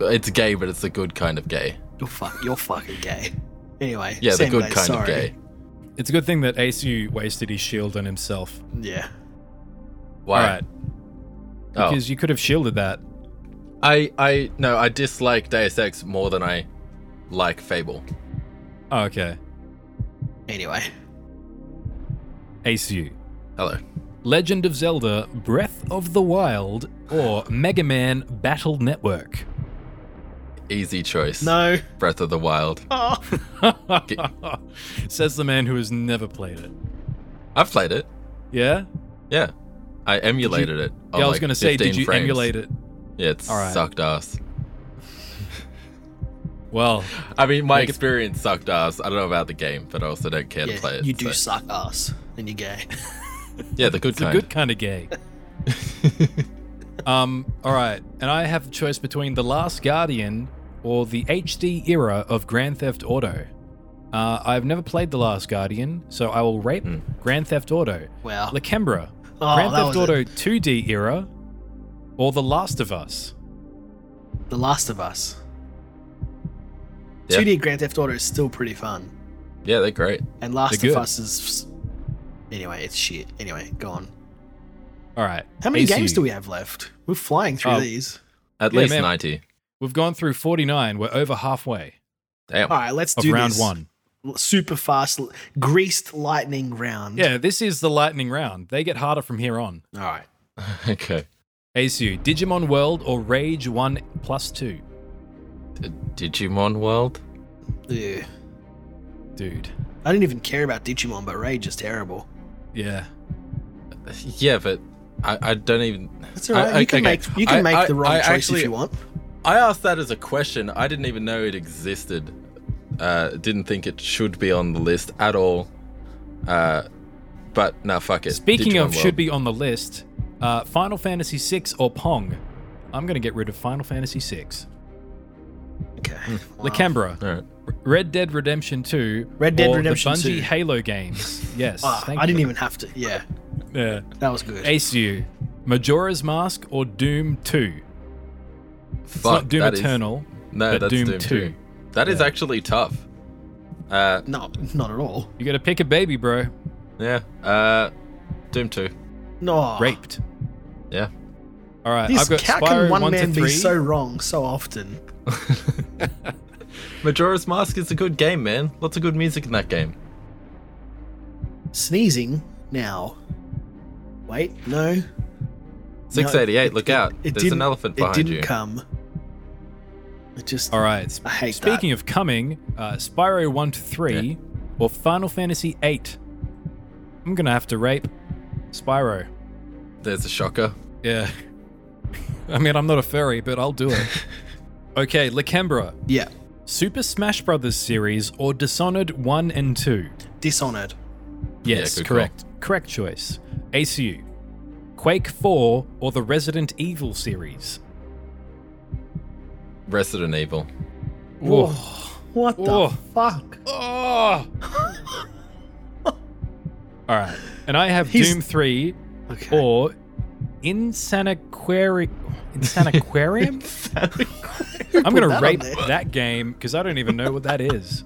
It's gay, but it's the good kind of gay. You're fuck. You're fucking gay. Anyway. Yeah, Sam the good Glaze, kind of sorry. gay. It's a good thing that Asu wasted his shield on himself. Yeah. Why? All right. Oh. Because you could have shielded that. I I no, I dislike Deus Ex more than I like Fable. Oh, okay. Anyway. ACU. Hello. Legend of Zelda Breath of the Wild or Mega Man Battle Network. Easy choice. No. Breath of the Wild. Oh. Says the man who has never played it. I've played it. Yeah? Yeah. I emulated it. on, yeah, I was Oh, like, going to say, did 15 you frames. emulate it? Yeah, it All right. sucked ass. Well, I mean, my Make it- experience sucked ass. I don't know about the game, but I also don't care to Yeah, play it. you do so- suck ass and you're gay. Yeah, the good it's a kind. good kind of gay. um, all right. And I have a choice between The Last Guardian or the HD era of Grand Theft Auto. Uh, I've never played The Last Guardian, so I will rape Mm. Grand Theft Auto. Wow. Lakembra, Ah. oh, Grand that Theft was it. Auto 2D era or The Last of Us? The Last of Us. Yeah. 2D Grand Theft Auto is still pretty fun. Yeah, they're great. And Last They're of good. Us is. Anyway, it's shit. Anyway, go on. All right. How many AC. games do we have left? We're flying through Oh. these. At Yeah, least man. 90. We've gone through 49. We're over halfway Damn. All right, let's of do round this. one. L- Super fast, l- greased lightning round. Yeah, this is the lightning round. They get harder from here on. All right. okay. ASU, Digimon World or Rage 1 plus 2? Digimon World? Ew. Dude. I didn't even care about Digimon, but Rage is terrible. Yeah. Yeah, but I, I don't even. That's all right. I- you can okay. make you can I- make I- the wrong I choice actually- if you want. I asked that as a question. I didn't even know it existed. Uh, didn't think it should be on the list at all. Uh, but nah, fuck it. Speaking Digimon of World. should be on the list, uh, Final Fantasy VI or Pong? I'm going to get rid of Final Fantasy VI. Okay. Hmm. Wow. Lakembra, All right. Red Dead Redemption 2 Red Dead or Redemption the Bungie 2. Halo games. Yes. Ah, thank I didn't you. even have to. Yeah, Yeah. that was good. ASU, Majora's Mask or Doom 2? Fuck, It's not Doom that is- Eternal. no, but that's Doom Doom, 2. 2. That is Yeah. actually tough. Uh, No, not at all. You gotta pick a baby, bro. yeah. Uh, Doom 2. No. Raped. Yeah. All right, This, I've got how Spyro can one, 1 man to 3. be so wrong so often? Majora's Mask is a good game, man. Lots of good music in that game. Sneezing now. Wait, no. 688, look out. It There's didn't, an elephant It behind didn't you. come. It just. All right. sp- I hate that. Speaking of coming, uh, Spyro 1 to 3 or Final Fantasy 8. I'm gonna have to rape Spyro. There's a shocker. Yeah. I mean, I'm not a furry, but I'll do it. okay, Lakembra. Yeah. Super Smash Brothers series or Dishonored 1 and 2? Dishonored. Yes, good call. correct. Correct choice. ACU. Quake 4 or the Resident Evil series? Resident Evil. Whoa. What the Whoa. fuck? Oh! All right. And I have He's- Doom 3 Okay. or Insaniquari- Insaniquarium? I'm going to that rate on there? that game because I don't even know what that is.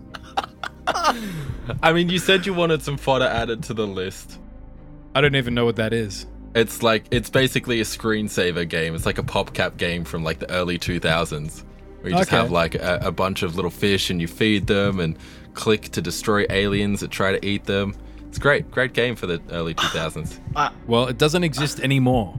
I mean, you said you wanted some fodder added to the list. I don't even know what that is. It's like it's basically a screensaver game. It's like a popcap game from like the early 2000s, where you just Okay. have like a, a bunch of little fish and you feed them and click to destroy aliens that try to eat them. It's great, great game for the early 2000s. Uh, Well, it doesn't exist anymore.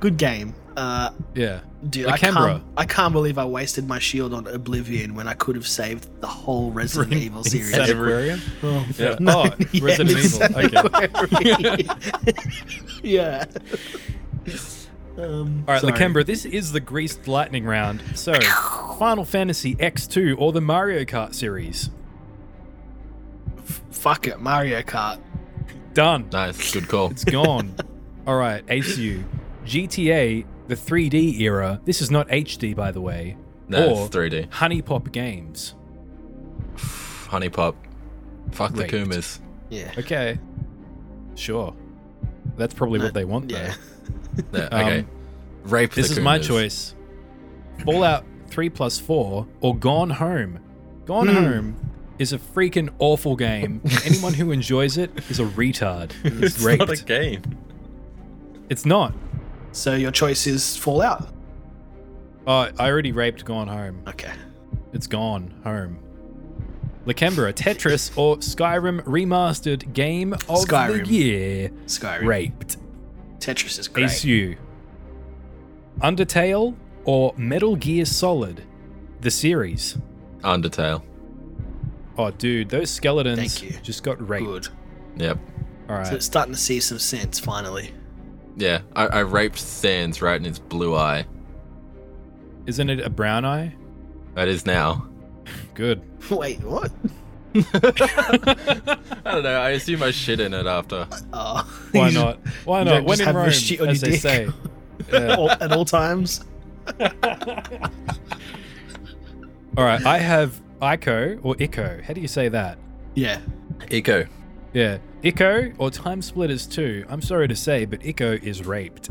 Good game. Uh, Yeah. dude, Like I can't, Canberra. I can't believe I wasted my shield on Oblivion when I could have saved the whole Resident Evil series. Insaniquarium? Oh, Yeah. Oh, Resident Evil. Okay. All Evil. yeah. Um, right, sorry. Lakembra, this is the greased lightning round. So, Final Fantasy X2 or the Mario Kart series? Fuck it, Mario Kart. Done. Nice, good call. It's gone. All right, ACU. GTA, the 3D era. This is not HD, by the way. No, or it's 3D. Honey Pop Games. Honey Pop. Fuck Wait. the Kumas. Yeah. Okay. Sure. That's probably what they want, though. Yeah. Yeah, okay. Um, Rape This the is my Kumas. choice. Fallout 3 plus 4 or Gone Home. Gone Hmm. Home is a freaking awful game. Anyone who enjoys it is a retard. It's, It's raped. not a game. it's not. So your choice is Fallout. Oh, I already raped Gone Home. Okay. It's gone home. Lakembra, Tetris or Skyrim remastered game of Skyrim. the year. Skyrim. Raped. Tetris is great. ACU. Undertale or Metal Gear Solid, the series. Undertale. Oh, dude, those skeletons Thank you. just got raped. Good. Yep. All So right. it's starting to see some sense finally. Yeah, I, I raped Sans right in his blue eye. Isn't it a brown eye? That is now. Good. Wait, what? I don't know. I assume I shit in it after. Oh, Why you just- not? Why you not? don't When just in have the Rome, shit on as your they dick. say. Yeah. all- at all times. All right. I have Ico or Ico. How do you say that? Yeah. Eco. Yeah. Ico or Time Splitters 2. I'm sorry to say, but Ico is raped.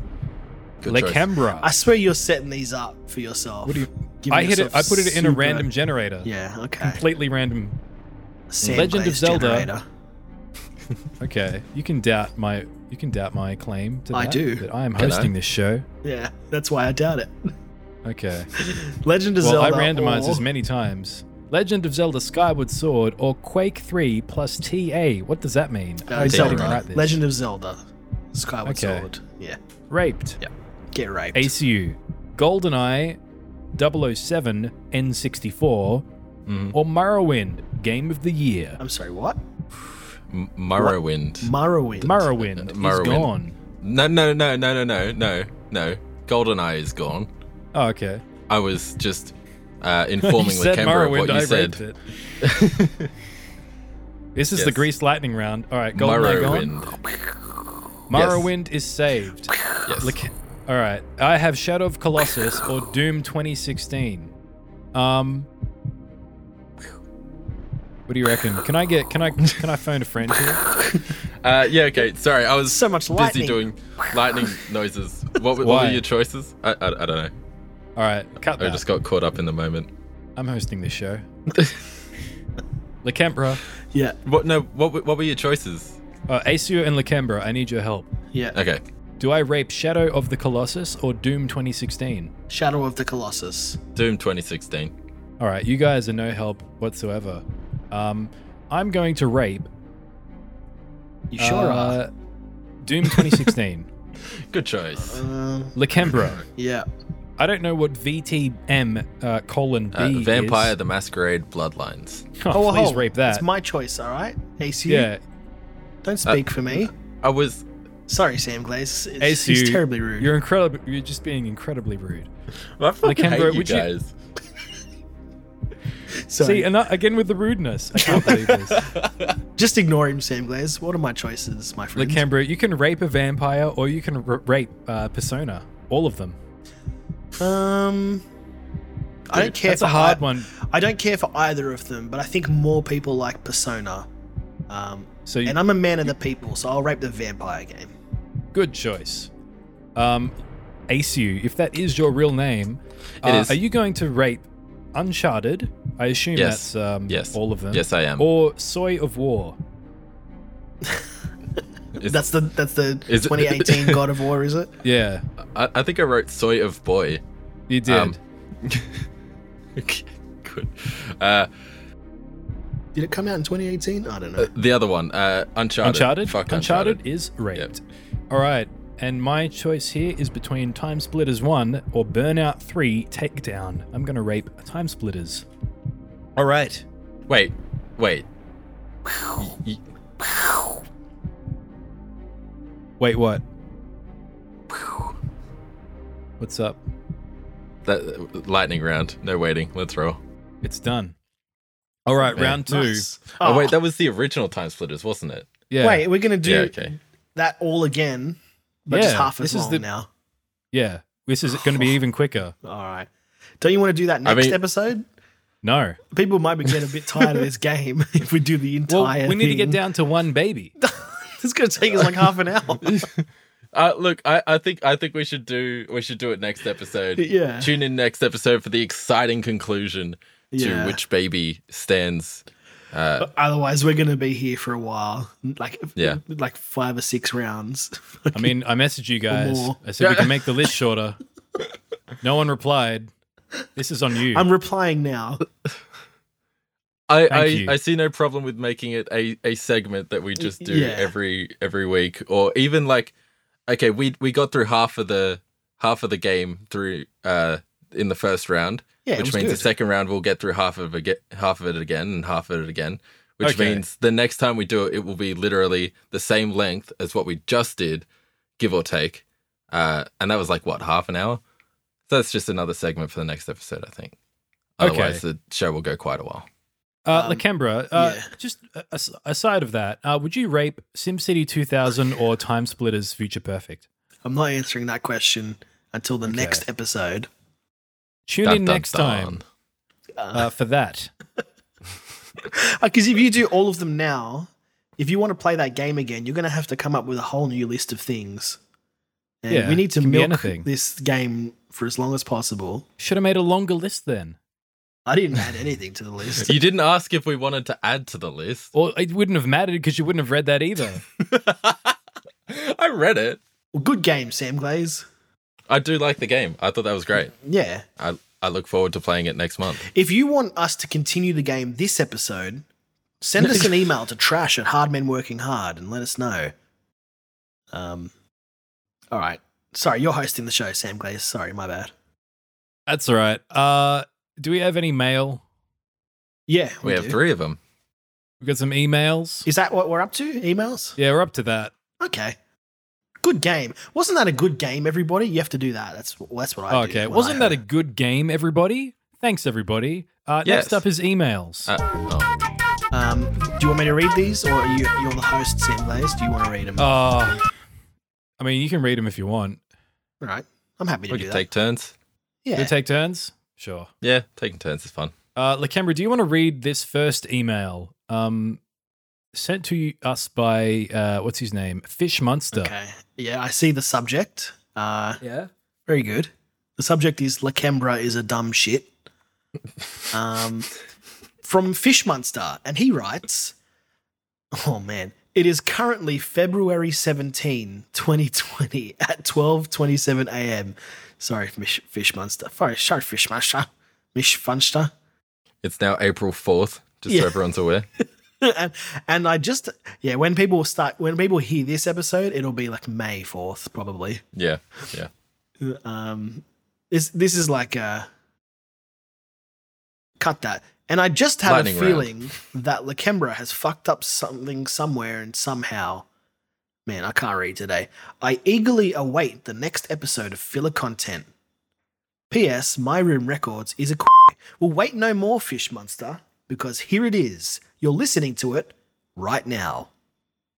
Good choice. Lakembra. I swear you're setting these up for yourself. What do you- Giving I hit it. yourself I put it in a super- random generator. Yeah, okay. Completely random. Sand Legend of glaze Zelda. generator. Okay. You can doubt my. You can doubt my claim. To I that, do. That I am Hello. hosting this show. Yeah, that's why I doubt it. Okay. Legend of Well, Zelda. I randomized or- Oh. this many times. Legend of Zelda Skyward Sword or Quake 3 plus TA. What does that mean? No, I didn't Uh, Zelda. even write this. Legend of Zelda. Skyward Okay. Sword. Yeah. Raped. Get raped. ACU. GoldenEye 007 N64 Mm. or Morrowind Game of the Year. I'm sorry, what? M- Morrowind. Morrowind. Morrowind, Morrowind. is gone. No, no, no, no, no, no, no, no. Goldeneye is gone. Oh, okay. I was just uh, You informing said Lakemba of Morrowind, what you I raped said. it. this is the Yes. Greased Lightning round. All right, GoldenEye gone. Morrowind. Morrowind is saved. Yes. Look, all right. I have Shadow of Colossus or Doom 2016. Um, what do you reckon? Can I get? Can I? Can I phone a friend here? Uh, yeah. Okay. Sorry, I was So much busy lightning. doing lightning noises. What, were- what Why? were your choices? I, I, I don't know. All right, cut I that. just got caught up in the moment. I'm hosting this show. Lakembra, Yeah, What? No. What? were- What were your choices? uh, Asu and Lakembra, I need your help. yeah. Okay. Do I rape Shadow of the Colossus or Doom 2016? Shadow of the Colossus. Doom 2016. All right, you guys are no help whatsoever. Um, I'm going to rape. You sure are. uh, Doom 2016. Good choice. Uh, Lakembra. yeah. I don't know what VTM uh, colon B Uh, Vampire is. the Masquerade Bloodlines. Oh, well, please hold. rape that. It's my choice, all right? Ace, you Uh, yeah, don't speak for me. I was Sorry, Sam Glaze. It's, Ace, he's you- terribly rude. You're incredible. You're just being incredibly rude. I fucking Ken, hate bro, you would you- guys. Sorry. See, and that- again with the rudeness. I can't believe this. Just ignore him, Sam Glaze. What are my choices, my friend? Lakembra, you can rape a vampire or you can r- rape uh, Persona. All of them. um, I don't care That's for a hard ei- one. I don't care for either of them, but I think more people like Persona. Um, So you, and I'm a man of the people, so I'll rape the vampire game. good choice. Um, Asu, if that is your real name, It uh, is. are you going to rape Uncharted? I assume Yes. that's um, Yes. all of them. Yes, I Oh, am. Or Soy of War. Is- that's the that's the Is it- 2018 God of War, is it? Yeah, I, I think I wrote "Soy of Boy." you did. Um, Okay, Good. Uh, Did it come out in 2018? I don't know. the other one, uh, Uncharted. Uncharted. Fuck Uncharted. Uncharted. is raped. All right. And my choice here is between Time Splitters 1 or Burnout 3 Takedown. I'm going to rape Time Splitters. All right. Wait, wait. Y- y- Wait, what? What's up? that lightning round. No waiting. Let's roll. It's done. All right, Man, round two. Nice. Oh, Oh, wait, that was the original Time Splitters, wasn't it? Yeah. wait, we're gonna do yeah. Okay. that all again, but just Yeah, half as this is long the- now. Yeah. This is going to be even quicker. All right. Don't you want to do that I next mean- episode? No. People might be getting a bit tired of this game if we do the entire. Well, we need to get thing. down to one baby. It's gonna take us like half an hour. Uh, look, I, I think I think we should do we should do it next episode. Yeah. Tune in next episode for the exciting conclusion Yeah. to which baby stands. Uh, Otherwise, we're gonna be here for a while, like Yeah. like five or six rounds. I mean, I messaged you guys. more. I said we can make the list shorter. No one replied. This is on you. I'm replying now. I, I, you. I see no problem with making it a, a segment that we just do yeah. every every week or even like okay we we got through half of the half of the game through uh in the first round Yeah, it which was means the good. second round we'll get through half of it half of it again and half of it again which Okay. means the next time we do it it will be literally the same length as what we just did give or take uh and that was like what half an hour so that's just another segment for the next episode I think Okay. otherwise the show will go quite a while. Uh, Um, Lakembra, uh, yeah. just a- as- aside of that, uh, would you rape SimCity 2000 or Time Splitters Future Perfect? I'm not answering that question until the next episode. Tune Dun, in dun, next time dun. uh, for that. Because Uh, if you do all of them now, if you want to play that game again, you're going to have to come up with a whole new list of things. And Yeah, we need to can be milk anything. this game for as long as possible. Should have made a longer list then. I didn't add anything to the list. You didn't ask if we wanted to add to the list. Or it wouldn't have mattered because you wouldn't have read that either. I read it. Well, good game, Sam Glaze. I do like the game. I thought that was great. Yeah. I I look forward to playing it next month. If you want us to continue the game this episode, send us an email to trash at Hard Men Working Hard and let us know. Um, all right. Sorry, you're hosting the show, Sam Glaze. Sorry, my bad. That's all right. Uh, do we have any mail? Yeah, We, have do. three of them. We got some emails. Is that what we're up to? Emails? Yeah, we're up to that. Okay. Good game. Wasn't that a good game, everybody? You have to do that. That's that's what I do okay, when wasn't I- that a good game, everybody? Thanks, everybody. Uh, Yes. Next up is emails. Uh, oh. Um, do you want me to read these, or are you you're the host, Sam Glaze? Do you want to read them? Uh, I mean, you can read them if you want. All right, I'm happy to We do can that. take turns. Do yeah. we take turns? Sure. Yeah, taking turns is fun. Uh, Lakembra, do you want to read this first email? Um, sent to you- us by uh, what's his name, Fish Monster. okay. Yeah, I see the subject. Uh, Yeah. very good. The subject is Lakembra is a dumb shit. Um, from Fishmunster, and he writes, "Oh man." It is currently February 17, 2020 at 12:27 a.m. Sorry, Mish Fishmunster. Sorry, sorry, Fishmunster. Mishfunster. It's now April fourth. Just Yeah. so everyone's aware. and, and I just yeah, when people start when people hear this episode, it'll be like May 4th probably. Yeah, yeah. um this this is like uh cut that and i just have Lightning a round. feeling that lakembra has fucked up something somewhere and somehow Man, I can't read today. I eagerly await the next episode of filler content. P.S. My Room Records is a. Qu- well, wait no more, Fish Monster, because here it is. You're listening to it right now.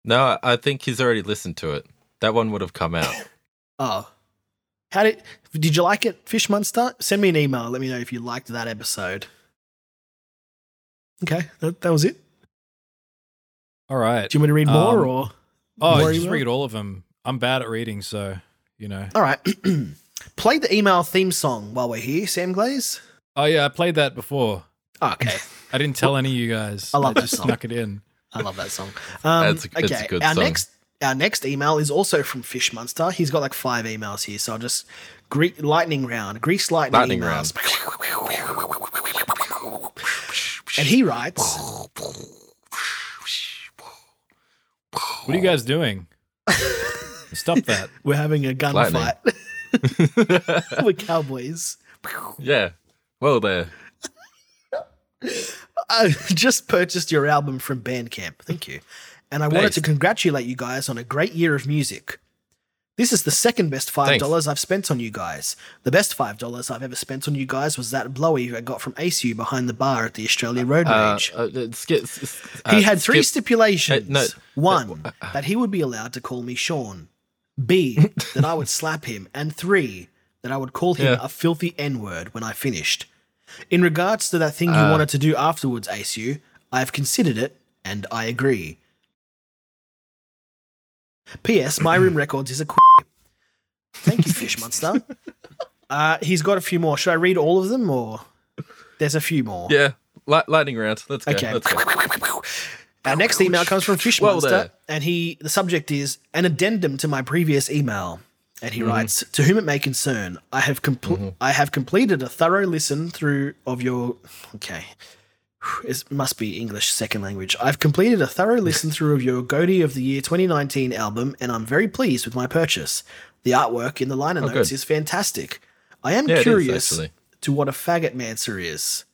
No, I think he's already listened to it. That one would have come out. Oh, how did did you like it, Fish Monster? Send me an email. Let me know if you liked that episode. Okay, that, that was it. All right. Do you want me to read more Um, or? Oh, More just email? read all of them. I'm bad at reading, so you know. All right. Play the email theme song while we're here, Sam Glaze. Oh, Oh yeah, I played that before. Okay, I didn't tell any of you guys. I love that just song. snuck it in. I love that song. Um, That's a- okay, that's a good our song. next our next email is also from Fish Monster. He's got like five emails here, so I'll just Greek lightning round, Grease lightning, Lightning emails. And he writes, What are you guys doing? Stop that. "We're having a gunfight with cowboys." yeah. Well, there. I just purchased your album from Bandcamp. Thank you. And I wanted Nice. to congratulate you guys on a great year of music. This is the second best $5 I've spent on you guys. The best $5 I've ever spent on you guys was that blowy I got from ACU behind the bar at the Australia Road Uh, Rage. uh, uh, skip, s- s- he uh, had three skip- stipulations. Uh, no. One, that he would be allowed to call me Sean. B, that I would slap him. And three, that I would call him Yeah. a filthy N word when I finished. In regards to that thing you Uh. wanted to do afterwards, ACU, I've considered it and I agree. P.S. My Room Records is a qu- Thank you, Fish Monster. Uh, he's got a few more. Should I read all of them or? There's a few more. Yeah. Li- lightning round. Let's go. Okay. Let's go. Our next email comes from Fish Well, Monster, there. and he the subject is an addendum to my previous email. And Mm-hmm. he writes, "To whom it may concern, I have compl- I have completed a thorough listen through of your okay, it must be English second language. I've completed a thorough listen through of your Goatee of the Year 2019 album, and I'm very pleased with my purchase. The artwork in the liner notes Oh, good. is fantastic. I am Yeah, it is, curious actually. to what a faggot mancer is.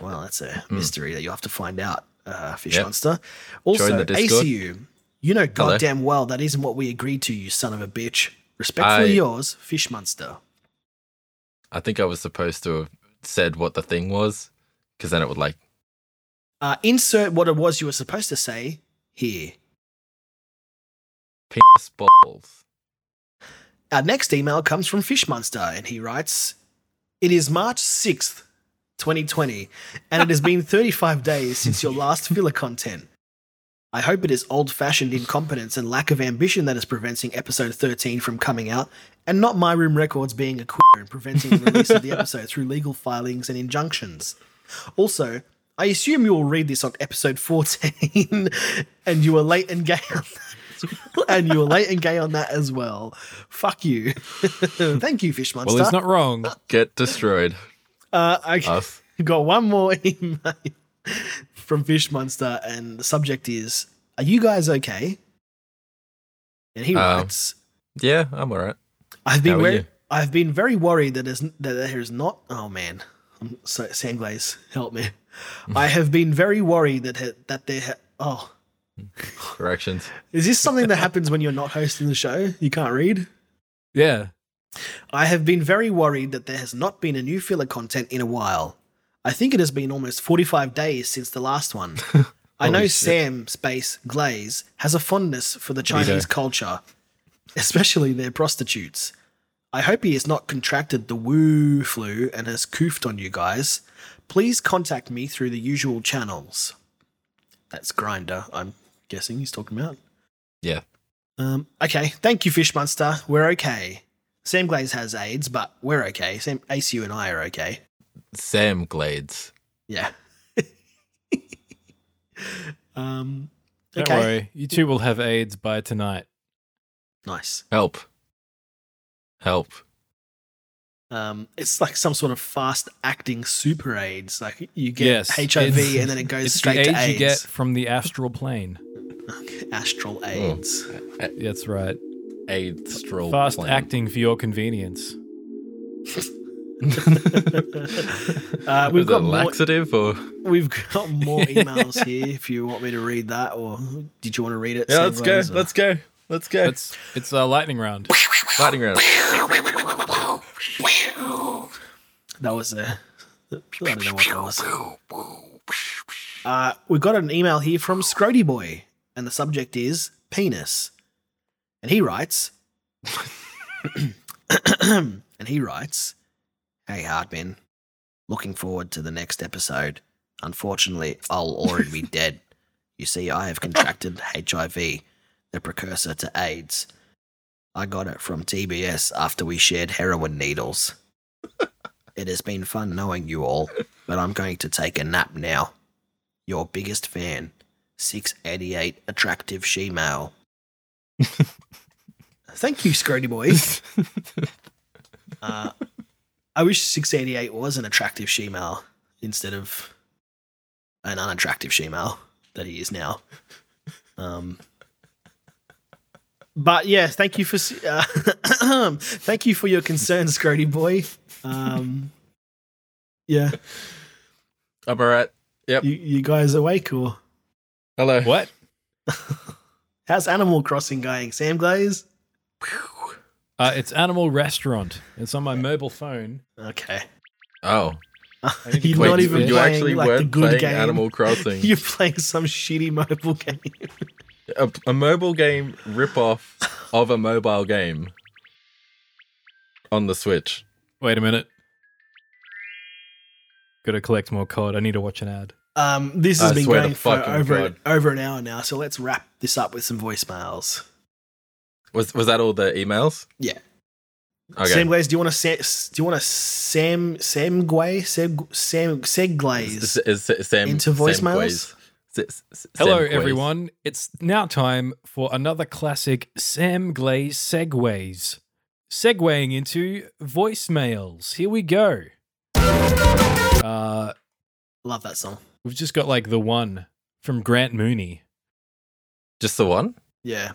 Well, that's a mystery that you'll have to find out, uh, Fish Hmm. Yep. Monster. Also, the Discord. ACU, you know goddamn well that isn't what we agreed to, you son of a bitch. I- Respectfully yours, Fish Monster. I think I was supposed to have said what the thing was because then it would like. Uh, insert what it was you were supposed to say here. penis balls. Our next email comes from Fish Monster, and he writes, It is March 6th, 2020, and it has been 35 days since your last filler content. I hope it is old fashioned incompetence and lack of ambition that is preventing episode 13 from coming out, and not My Room Records being a queer and preventing the release of the episode through legal filings and injunctions. Also, I assume you will read this on episode 14, and you were late and gay on that. and you were late and gay on that as well. Fuck you. Thank you, Fish Monster. Well, he's not wrong. Get destroyed. uh, okay. Us. We've got one more email from Fish Monster, and the subject is Are you guys okay? And he Um, writes, Yeah, I'm all right. I've been how are wor- you? I've been very worried that, is, that there is not. Oh man, I'm so Sanglaze, help me. I have been very worried that ha- that there. Ha- oh, Corrections. is this something that happens when you're not hosting the show? You can't read. Yeah. I have been very worried that there has not been a new filler content in a while. I think it has been almost 45 days since the last one. I know Holy shit. Sam Space Glaze has a fondness for the Chinese culture, especially their prostitutes. I hope he has not contracted the woo flu and has koofed on you guys. Please contact me through the usual channels. That's Grinder, I'm guessing he's talking about. Yeah. Um, okay, thank you, Fish Monster. We're okay. Sam Glaze has AIDS, but we're okay. Sam ACU and I are okay. Sam Glades. Yeah. um. Don't okay. worry. You two will have AIDS by tonight. Nice. Help. Help. Um, it's like some sort of fast acting super AIDS. Like you get Yes, HIV it's- and then it goes It's the straight AIDS, to AIDS. you get Oh. from the astral plane. Astral AIDS. That's right. AIDS stroll. Fast plan. acting for your convenience. Uh, Was we've got it more, laxative or we've got more emails here. If you want me to read that, or did you want to read it? Sam Glaze, or- go. Let's go. It's it's a lightning round. Lightning round. That was a. I don't know what that was. Uh, we got an email here from Scrody Boy, and the subject is penis. And he writes, and he writes, Hey, Hardman, looking forward to the next episode. Unfortunately, I'll already be dead. You see, I have contracted HIV, the precursor to AIDS. I got it from TBS after we shared heroin needles. It has been fun knowing you all, but I'm going to take a nap now. Your biggest fan, 688 attractive she-male. Thank you, Scrody Boy. Uh, I wish 688 was an attractive she-male instead of an unattractive she-male that he is now. Um, but yeah, thank you for s- uh, thank you for your concern, Scrody Boy. Um, yeah, I'm all right. Yep. you, you guys awake or Hello. What? how's Animal Crossing going, Sam Glaze? Uh, it's Animal Restaurant. It's on my mobile phone. Okay, Oh. need to you're Wait, not even you, you playing actually like the weren't good playing game. Animal Crossing. You're playing some shitty mobile game. a, a mobile game ripoff of a mobile game on the Switch. Wait a minute. Gotta collect more cod. I need to watch an ad. Um, this has I been swear going to for fucking over God. over an hour now, so let's wrap this up with some voicemails. Was was that all the emails? Yeah. Okay. Sam Glaze, do you want to Sam, do you want to Sam Sam Gway Sam Sam Seglaze? S- s- s- Sam, Sam into voicemails? Quays. S- s- Sam Hello, Quays. everyone. It's now time for another classic Sam Glaze segues. Segueing into voicemails. Here we go. Uh, Love that song. we've just got like the one from Grant Mooney. Just the one? Yeah.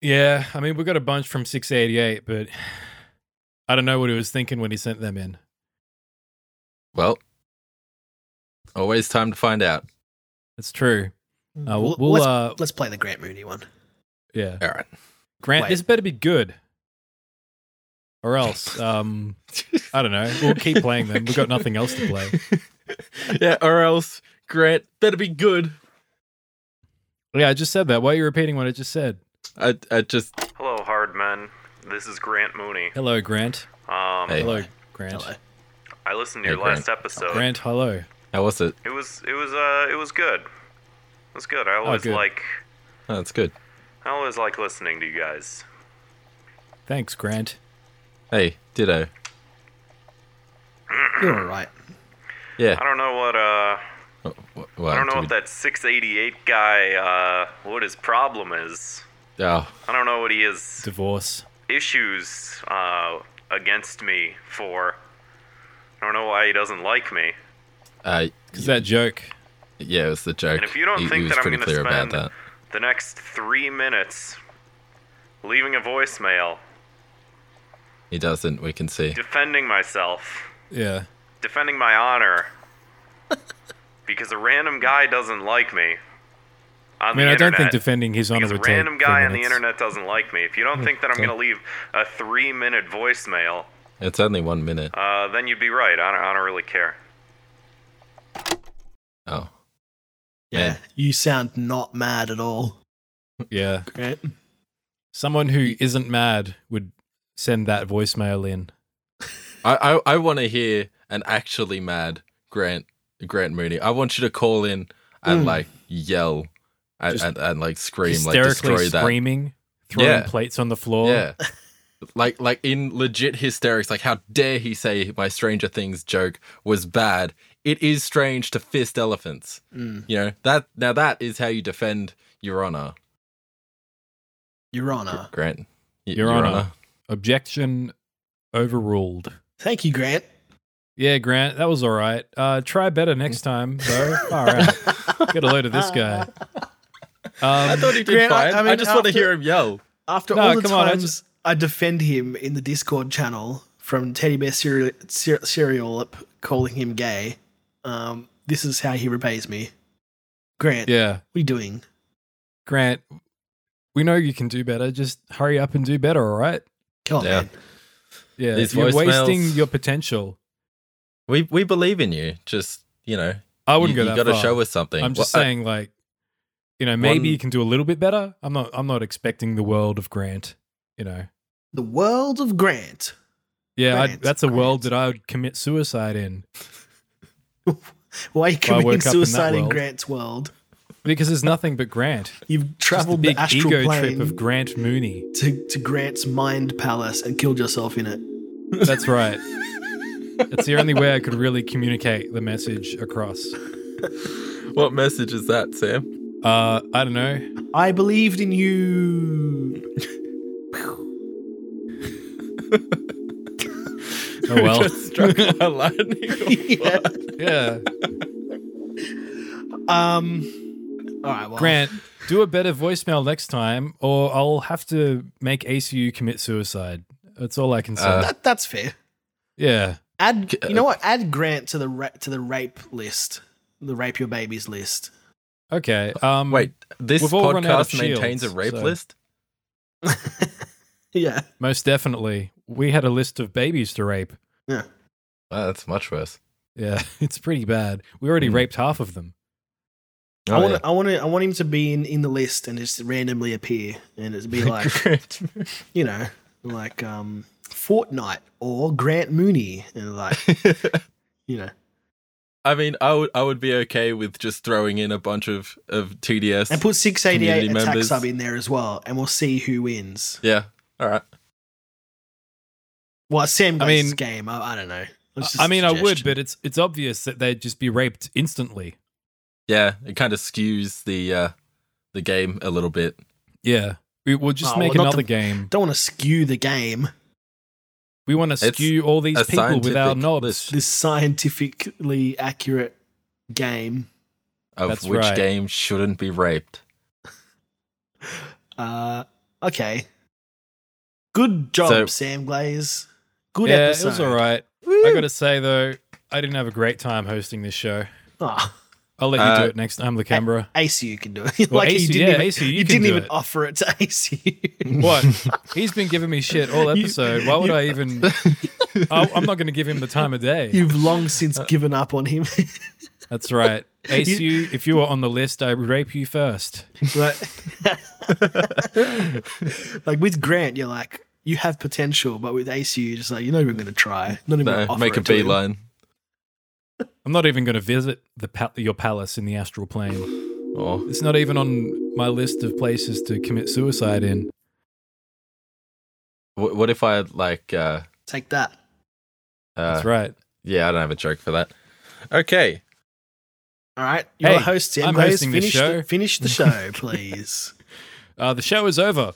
Yeah, I mean, we got a bunch from 688, but I don't know what he was thinking when he sent them in. Well, always time to find out. It's true. Uh, Well, we'll, we'll, let's, uh, let's play the Grant Mooney one. yeah. All right. Grant, Wait. this better be good. Or else, um, I don't know. We'll keep playing them. We've got nothing else to play. yeah, or else Grant better be good. Yeah, I just said that. Why are you repeating what I just said? I I just Hello, hard men. This is Grant Mooney. Hello, Grant. Um, Hey. Hello, Grant. Hello. I listened to Hey, your Grant. last episode. Grant, hello. how was it? It was it was uh it was good. It was good. I always good. like Oh, that's good. I always like listening to you guys. Thanks, Grant. Hey, ditto. You're all right. Yeah. I don't know what uh Oh, wh- well, I don't know do what that 688 guy uh what his problem is. we- Oh, I don't know what he is Divorce. issues uh against me for. I don't know why he doesn't like me. uh, Because that joke. yeah, it was the joke. And if you don't he, think he was that I'm pretty gonna clear about spend- that. The next 3 minutes leaving a voicemail He doesn't. We can see. defending myself. Yeah. defending my honor because a random guy doesn't like me. I On mean, the I don't internet, think defending his honor because a would random take guy three on the minutes. internet doesn't like me. If you don't think that I'm okay. going to leave a three-minute voicemail, It's only one minute. uh, then you'd be right. I don't, I don't really care. Oh, Yeah. Man. You sound not mad at all. Yeah. Grant. Someone who isn't mad would send that voicemail in. I I, I want to hear an actually mad Grant Grant Mooney. I want you to call in and Mm. like yell and, Just and, and like scream, like Hysterically destroy that. screaming, throwing Yeah. plates on the floor. Yeah. Like, like in legit hysterics, like how dare he say my Stranger Things joke was bad? It is strange to fist elephants. Mm. You know that now that is how you defend your honor, Your Honor. Grant. Y- Your Honor. Objection overruled. Thank you, Grant. Yeah, Grant, that was all right. Uh, try better next time, though. All right, get a load of this guy. Um, I thought he did Um, Grant, I- fine. I, I mean, just want to after- hear him yell. After No, all the come on, I times I, defend him in the Discord channel from Teddy Bear Cereal, Cer- Cereal up calling him gay, um, this is how he repays me. Grant, yeah, what are you doing? Grant, we know you can do better. Just hurry up and do better, all right? Come on, Yeah. man. Yeah. These You're voicemails- wasting your potential. We we believe in you. Just you know, I wouldn't you, go that got to far. show us something. uh, I'm just Well, I- saying, like, you know, maybe One- you can do a little bit better. I'm not. I'm not expecting the world of Grant. You know, The world of Grant. yeah, I, Grant, that's a world Grant. that I would commit suicide in Why are you Well, I woke committing up in that suicide in world. Grant's world? because there's nothing but Grant. Just the You've traveled the, big astral ego plane trip of Grant Mooney. to, to Grant's mind palace and killed yourself in it. That's right. it's the only way I could really communicate the message across. what message is that, Sam? Uh, I don't know. I believed in you. Oh well. Just struck my lightning. yeah. yeah, Um. All right. Well, Grant, do a better voicemail next time, or I'll have to make ACU commit suicide. That's all I can say. Uh, that, that's fair. yeah. Add. G- You know what? Add Grant to the ra- to the rape list. The rape your babies list. Okay. Um, Wait, this We've all run out of podcast maintains a shields, rape so- list. Yeah. Most definitely. We had a list of babies to rape. Yeah. Oh, that's much worse. Yeah, it's pretty bad. We already Hmm. raped half of them. Oh, I want. I want. I want him to be in, in the list and just randomly appear and it'd be like you know like um Fortnite or Grant Mooney and like Great. you know I mean, I would I would be okay with just throwing in a bunch of of TDS. and put six eighty eight Community attack members. sub in there as well and we'll see who wins. yeah. All right. Well, Sam I Glaze's mean- game. I, I don't know. I It's just I a mean, I would, suggestion. but it's it's obvious that they'd just be raped instantly. Yeah, it kind of skews the uh the game a little bit. Yeah. We, we'll just Oh, make well, not another the- game. don't want to skew the game. We want to It's skew all these a people with our scientific knobs. list. This scientifically accurate game. Of That's which right. game shouldn't be raped. Uh, okay. Good job, So- Sam Glaze. Good yeah, episode. it was all right. I got to say, though, I didn't have a great time hosting this show. Ah, I'll let you Uh, do it next time, the camera. ACU can do it. Well, like AC, you didn't yeah, even, AC, you, you can didn't do even it. offer it to ACU. What? He's been giving me shit all You- episode. Why would you- I even? I, I'm not going to give him the time of day. You've long since Uh, given up on him. That's right. Ace, you, if you were on the list, I would rape you first. Right. like with Grant, you're like, you have potential, but with ACU, you're just like, you're not even going to try. Not even No, gonna offer make a it to him. beeline. I'm not even going to visit the pal- your palace in the astral plane. Oh, It's not even on my list of places to commit suicide in. wh- what if I like? uh, Take that. uh That's right. Yeah, I don't have a joke for that. Okay. All right, you're Hey, the host. Sam I'm Glaze. hosting this finish show. The, finish the show, please. Uh, the show is over.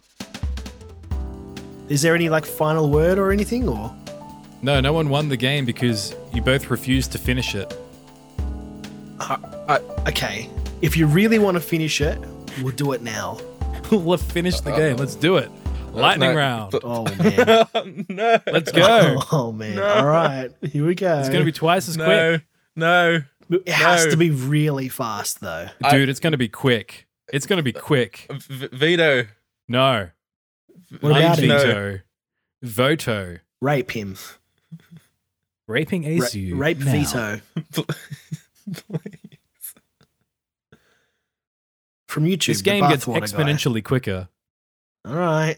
Is there any like final word or anything? Or No, no one won the game because you both refused to finish it. okay, if you really want to finish it, we'll do it now. Let's finish the game. Let's do it. Lightning no. round. Oh man. no. Let's go. Oh man. All right, here we go. It's going to be twice as No. No. It has no. to be really fast though. quick. Dude, it's going to be quick. It's going to be quick. V- veto. No. What about him? No. Veto. Voto. Rape him. Raping Ra- Ace you. rape now. veto from YouTube. This the game gets bathwater guy. exponentially quicker. All right.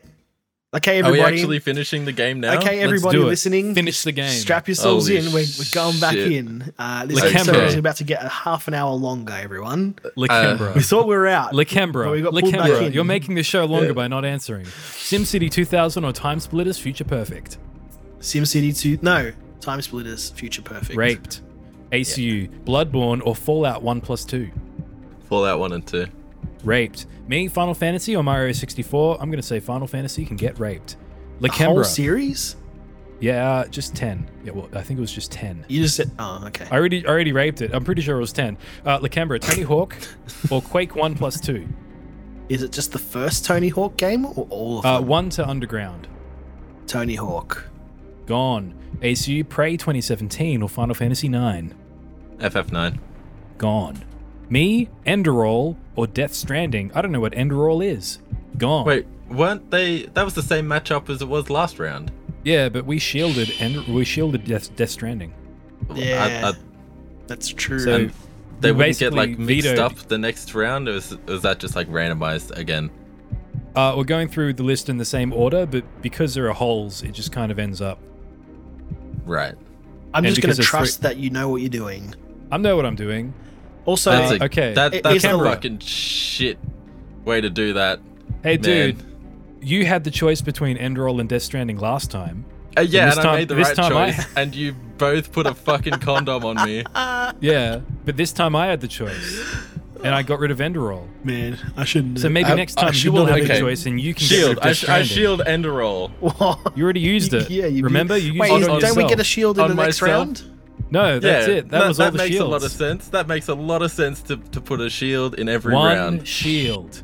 Okay, Are we everybody. actually finishing the game now? okay, Let's everybody do it. listening. Finish the game. Strap yourselves Holy in. We're, we're going back shit. in. Uh, this Like episode Hamburg. is about to get a half an hour longer, everyone. Lakembra. We thought we were out. Lakembra. But we Uh, got pulled back Lakembra. in. You're making the show longer Yeah. by not answering. SimCity 2000 or Time Splitters Future Perfect. SimCity 2. No. Time Splitters, Future Perfect. Raped. ACU. Bloodborne or Fallout 1 plus 2. Fallout 1 and 2. Raped. Me, Final Fantasy or Mario 64. I'm going to say Final Fantasy can get raped. The whole Lakembra. series? yeah, uh, just 10. Yeah, well, I think it was just 10. You just said. Oh, okay. I already I already raped it. I'm pretty sure it was 10. Uh, Lakembra, Tony Hawk or Quake 1 plus 2. Is it just the first Tony Hawk game or all of Uh, them? 1 to Underground. Tony Hawk. Gone. ACU Prey 2017 or Final Fantasy 9. FF9. Gone. Me, Enderall, or Death Stranding. I don't know what Enderall is. gone. Wait, weren't they? That was the same matchup as it was last round. Yeah, but we shielded and we shielded Death, Death Stranding. Yeah. That's true. So And- they We wouldn't get basically like mixed vetoed- up the next round, or is, is that just like randomized again? uh, we're going through the list in the same order, but because there are holes, it just kind of ends up. Right. I'm and just going because to there's trust that you know what you're doing. I know what I'm doing. Also, That's That's Uh, a, okay. That, It- that's it's a Camera. fucking shit way to do that. Hey, Man. dude, you had the choice between Enderall and Death Stranding last time. Uh, And yeah, and, this I time- made the this right time I- choice, and you both put a fucking condom on me. Yeah, but this time I had the choice, and I got rid of Enderall. man, I shouldn't. So maybe I- next I time you should will not have the okay. choice, and you can Get rid Shield. of I, Death sh- I Stranding. shield Enderall. You already used it. yeah, you remember you used it Wait, is- on don't yourself. we get a shield in On the next myself? round? No, that's yeah, it. That, was all the makes shields. a lot of sense. That makes a lot of sense to, to put a shield in every One round. shield.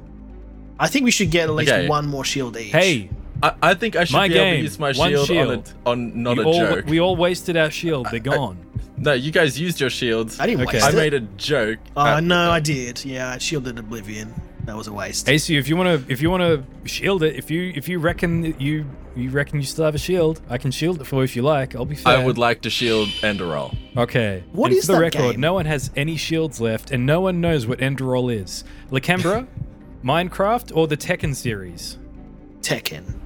I think we should get at least Okay. one more shield each. Hey, I, I think I should My be able game, to use my one shield, on, a, shield. on not you a all- joke. we all wasted our shield. They're gone. no, you guys used your shields. I didn't Okay. waste I it. made a joke. Uh, no, I did. Yeah, I shielded Oblivion. That was a waste. Hey, so if you want to, if you want to shield it, if you if you reckon that you you reckon you still have a shield, I can shield it for you if you like. I'll be fair. I would like to shield Enderall. Okay. What and is for the that record? game? No one has any shields left, and no one knows what Enderall is. Lacambra, Minecraft, or the Tekken series? Tekken.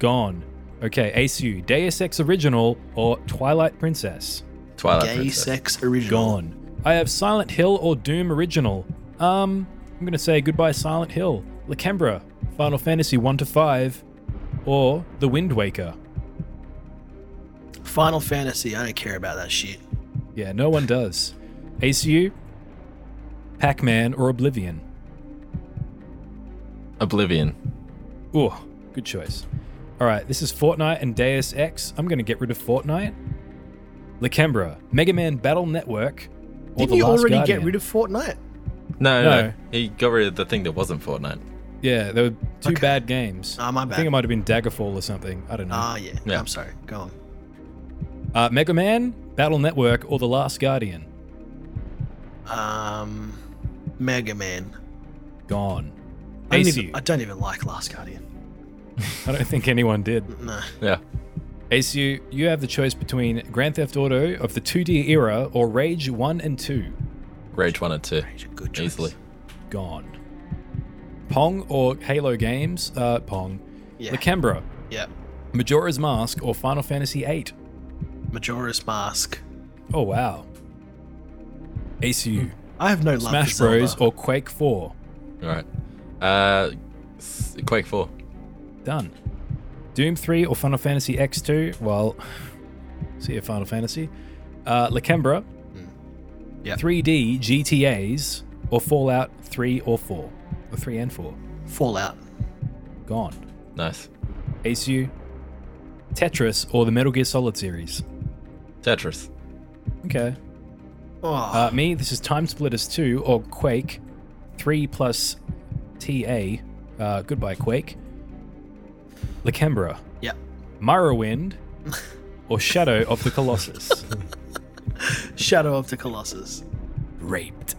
Gone. Okay, ASU, Deus Ex Original or Twilight Princess? Twilight Gay Princess. sex original. Ah, Gone. I have Silent Hill or Doom Original. Um, I'm gonna say goodbye Silent Hill, Lacambra, Final Fantasy 1 to 5, or The Wind Waker. Final Fantasy. I don't care about that shit. Yeah, no one does. ACU, Pac-Man or Oblivion? Oblivion. Ooh, good choice. All right, this is Fortnite and Deus Ex. I'm going to get rid of Fortnite. Lacambra, Mega Man Battle Network. or Didn't The you Last already Guardian. get rid of Fortnite? No, no, No. He got rid of the thing that wasn't Fortnite. Yeah, there were two Okay. bad games. Ah, my I bad. think it might have been Daggerfall or something. I don't know. Ah, yeah. Yeah. I'm sorry. Go on. Uh, Mega Man, Battle Network, or The Last Guardian. Um, Mega Man. Gone. I don't, ACU. even, I don't even like Last Guardian. I don't think anyone did. No. Yeah. ACU, you have the choice between Grand Theft Auto of the 2D era or Rage 1 and 2. Rage 1 and 2. It's a good choice. Easily. Gone. Pong or Halo games? Uh, Pong. Yeah. Lacambra, yeah. Majora's Mask or Final Fantasy VIII? Majora's Mask. Oh wow. ACU, I have no love Smash for Bros Zelda. or Quake 4? Alright. Uh, s- Quake 4. Done. Doom 3 or Final Fantasy X2? Well, see a Final Fantasy. Uh, Lacambra, Yep. 3D GTAs or Fallout 3 or 4? Or 3 and 4? Fallout. Gone. Nice. ACU, Tetris or the Metal Gear Solid series? Tetris. Okay. Oh, Uh, me, this is Time Splitters 2 or Quake 3 plus TA. Uh, goodbye, Quake. Lacambra, yeah. Morrowind, or Shadow of the Colossus. Shadow of the Colossus. Raped.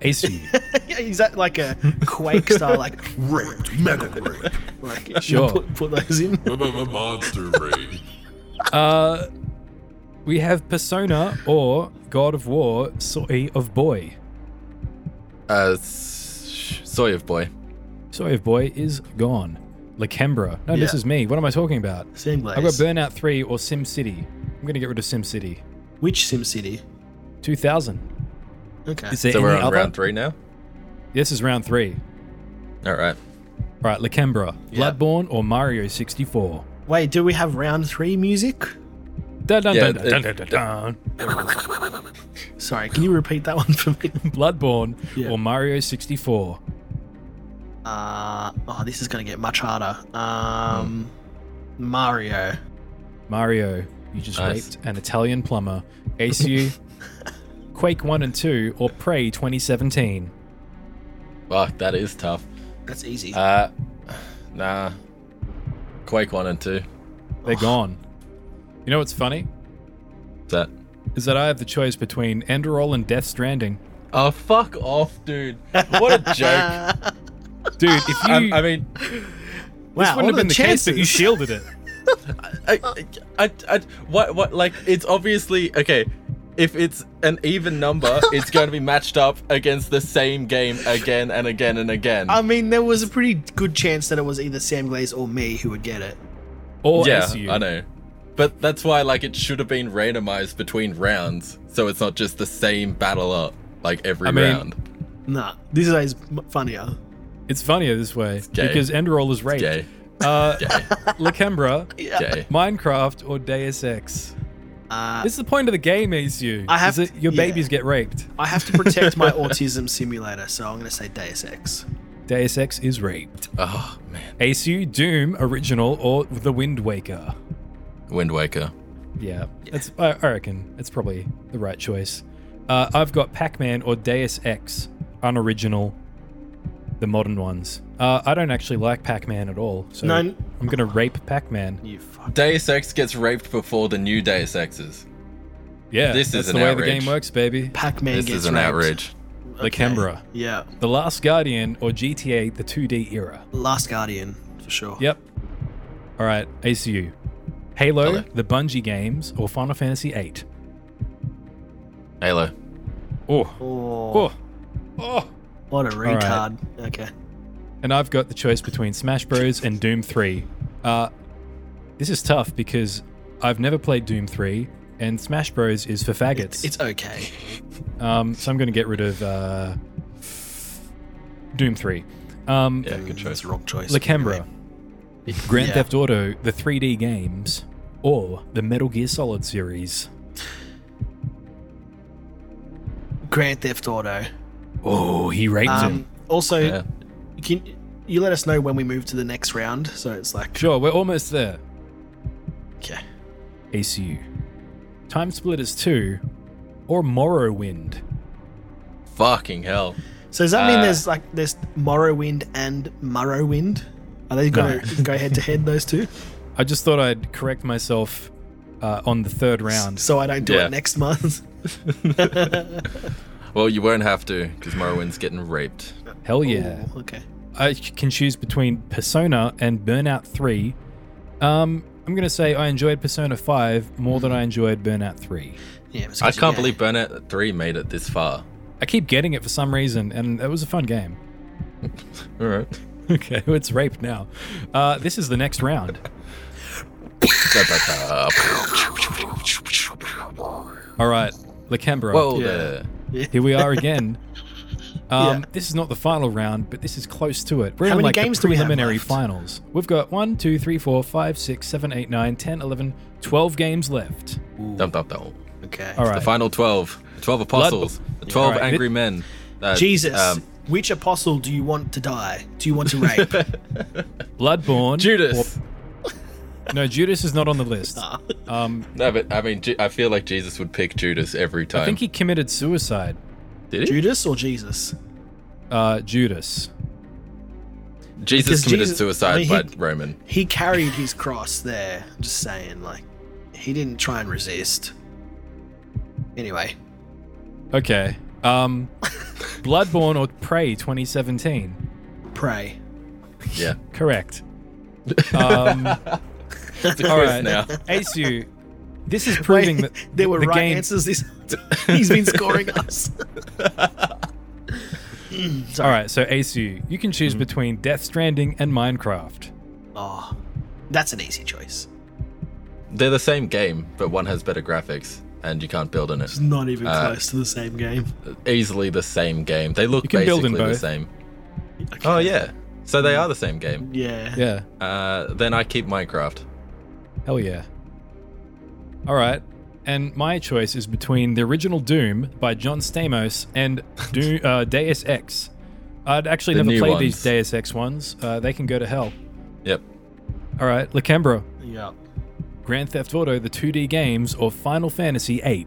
ACU, yeah, is that like a Quake style, like ripped, mega ripped? Like, you Sure. Put, put those in. Monster raid. Uh, we have Persona or God of War, Soy of Boy. Uh, s- Soy of Boy. Soy of Boy is gone. Lacambra. No, this Yeah. is me. What am I talking about? Same place. I've got Burnout 3 or Sim City. I'm going to get rid of Sim City. Which SimCity? 2000. Okay. Is there So any we're on other? round 3 now? This is round three. Alright. All right, Lacambra, Yeah. Bloodborne, or Mario 64? Wait, do we have round three music? Dun, dun, Yeah, dun, it- dun, dun, dun, dun. Sorry, can you repeat that one for me? Bloodborne Yeah. or Mario 64? Uh, oh, this is going to get much harder. Um, Hmm. Mario. Mario, you just Nice. raped an Italian plumber. ACU, Quake 1 and 2, or Prey 2017? Fuck, that is tough. That's easy. Uh, nah. Quake 1 and 2. They're gone. You know what's funny? That. Is that I have the choice between Enderall and Death Stranding. Oh, fuck off, dude. What a joke. Dude, if you. I, I mean, this wouldn't Wow, what have are been the the case that you chances? shielded it. I, I, I, what, what, like, it's obviously okay. If it's an even number, it's going to be matched up against the same game again and again and again. I mean, there was a pretty good chance that it was either Sam Glaze or me who would get it. Or yeah, SU. I know. But that's why, like, it should have been randomized between rounds, so it's not just the same battle up like every I mean, round. Nah, this is m- funnier. It's funnier this way gay. because Enderall is raped. Jay, Uh, Jay, Lakembra, Yeah. Jay. Minecraft, or Deus Ex. Uh, This is the point of the game, ASU. I have is that to- your yeah. babies get raped. I have to protect my autism simulator, so I'm going to say Deus Ex. Deus Ex is raped. Oh man, ASU, Doom, original, or The Wind Waker. Wind Waker. Yeah, it's. I, I reckon it's probably the right choice. Uh, I've got Pac-Man or Deus Ex, unoriginal, the modern ones. Uh, I don't actually like Pac-Man at all, so No. I'm gonna rape Pac-Man. You fuck. Deus Ex gets raped before the new Deus Exes. Yeah, This is that's an the way the outrage. game works, baby. Pac Man This gets is an raped. outrage. The Canberra, Yeah. The Last Guardian, or GTA, the 2D era. Last Guardian, for sure. Yep. All right, ACU. Halo, Hello. the Bungie games, or Final Fantasy VIII. Halo. Oh, Oh, oh, oh. what a right. retard. Okay. and I've got the choice between Smash Bros. and Doom 3. Uh, this is tough because I've never played Doom 3, and Smash Bros. is for faggots. It's okay. um, so I'm going to get rid of uh, Doom 3. Um, Yeah, good choice. That's Mm, the wrong choice. Lakembra, Grand Yeah. Theft Auto, the 3D games, or the Metal Gear Solid series. Grand Theft Auto. Oh, he raped him. Um, also, Yeah. can you let us know when we move to the next round? So it's like, Sure, we're almost there. okay. ACU. Time Splitters 2 or Morrowind. Fucking hell. So does that mean Uh, there's like there's Morrowind and Morrowind? Are they gonna go head to head those two? I just thought I'd correct myself uh, on the third round. So I don't do Yeah. it next month. Well, you won't have to, because Morrowind's getting raped. Hell yeah. Ooh, okay. I c- can choose between Persona and Burnout 3. Um, I'm going to say I enjoyed Persona 5 more than I enjoyed Burnout 3. Yeah. it's I 'cause- can't yeah. believe Burnout 3 made it this far. I keep getting it for some reason, and it was a fun game. Alright. Okay, it's raped now. Uh, this is the next round. All right, Lakembra. Whoa Yeah. there. Here we are again. Um, Yeah. This is not the final round, but this is close to it. We're How in many like games the do we have preliminary left? finals. We've got 1, 2, 3, 4, 5, 6, 7, 8, 9, 10, 11, 12 games left. Dum, dum, dum. Okay. All The right. final 12. The 12 apostles. The 12 Alright. angry men. Uh, Jesus, um, which apostle do you want to die? Do you want to rape? Bloodborne. Judas. or- no, Judas is not on the list. Ah. Um, No, but I mean, Ju- I feel like Jesus would pick Judas every time. I think he committed suicide. Did he? Judas or Jesus? Uh, Judas. Jesus Because committed Jesus- suicide I mean, by he- Roman. He carried his cross there. I'm just saying, like, he didn't try and resist. Anyway, Okay. Um, Bloodborne or Prey 2017. pray. Yeah. Correct. Um, It's a quiz all right. now. ASU, this is proving Wait, that there were the right game, answers. This he's been scoring us. Mm, All Sorry. right, so ASU, you can choose between Death Stranding and Minecraft. Oh, that's an easy choice. They're the same game, but one has better graphics, and you can't build in it. It's not even Uh, close to the same game. Easily the same game. They look You can build basically in the both. same. Oh yeah. So they are the same game. Yeah. Yeah, Uh, then I keep Minecraft. hell yeah. All right, and my choice is between the original Doom by John Stamos and Doom, uh, Deus Ex. I'd actually The never new played ones. these Deus Ex ones. Uh, they can go to hell. Yep. All right, Lakembra, Yeah. Grand Theft Auto, the 2D games, or Final Fantasy VIII.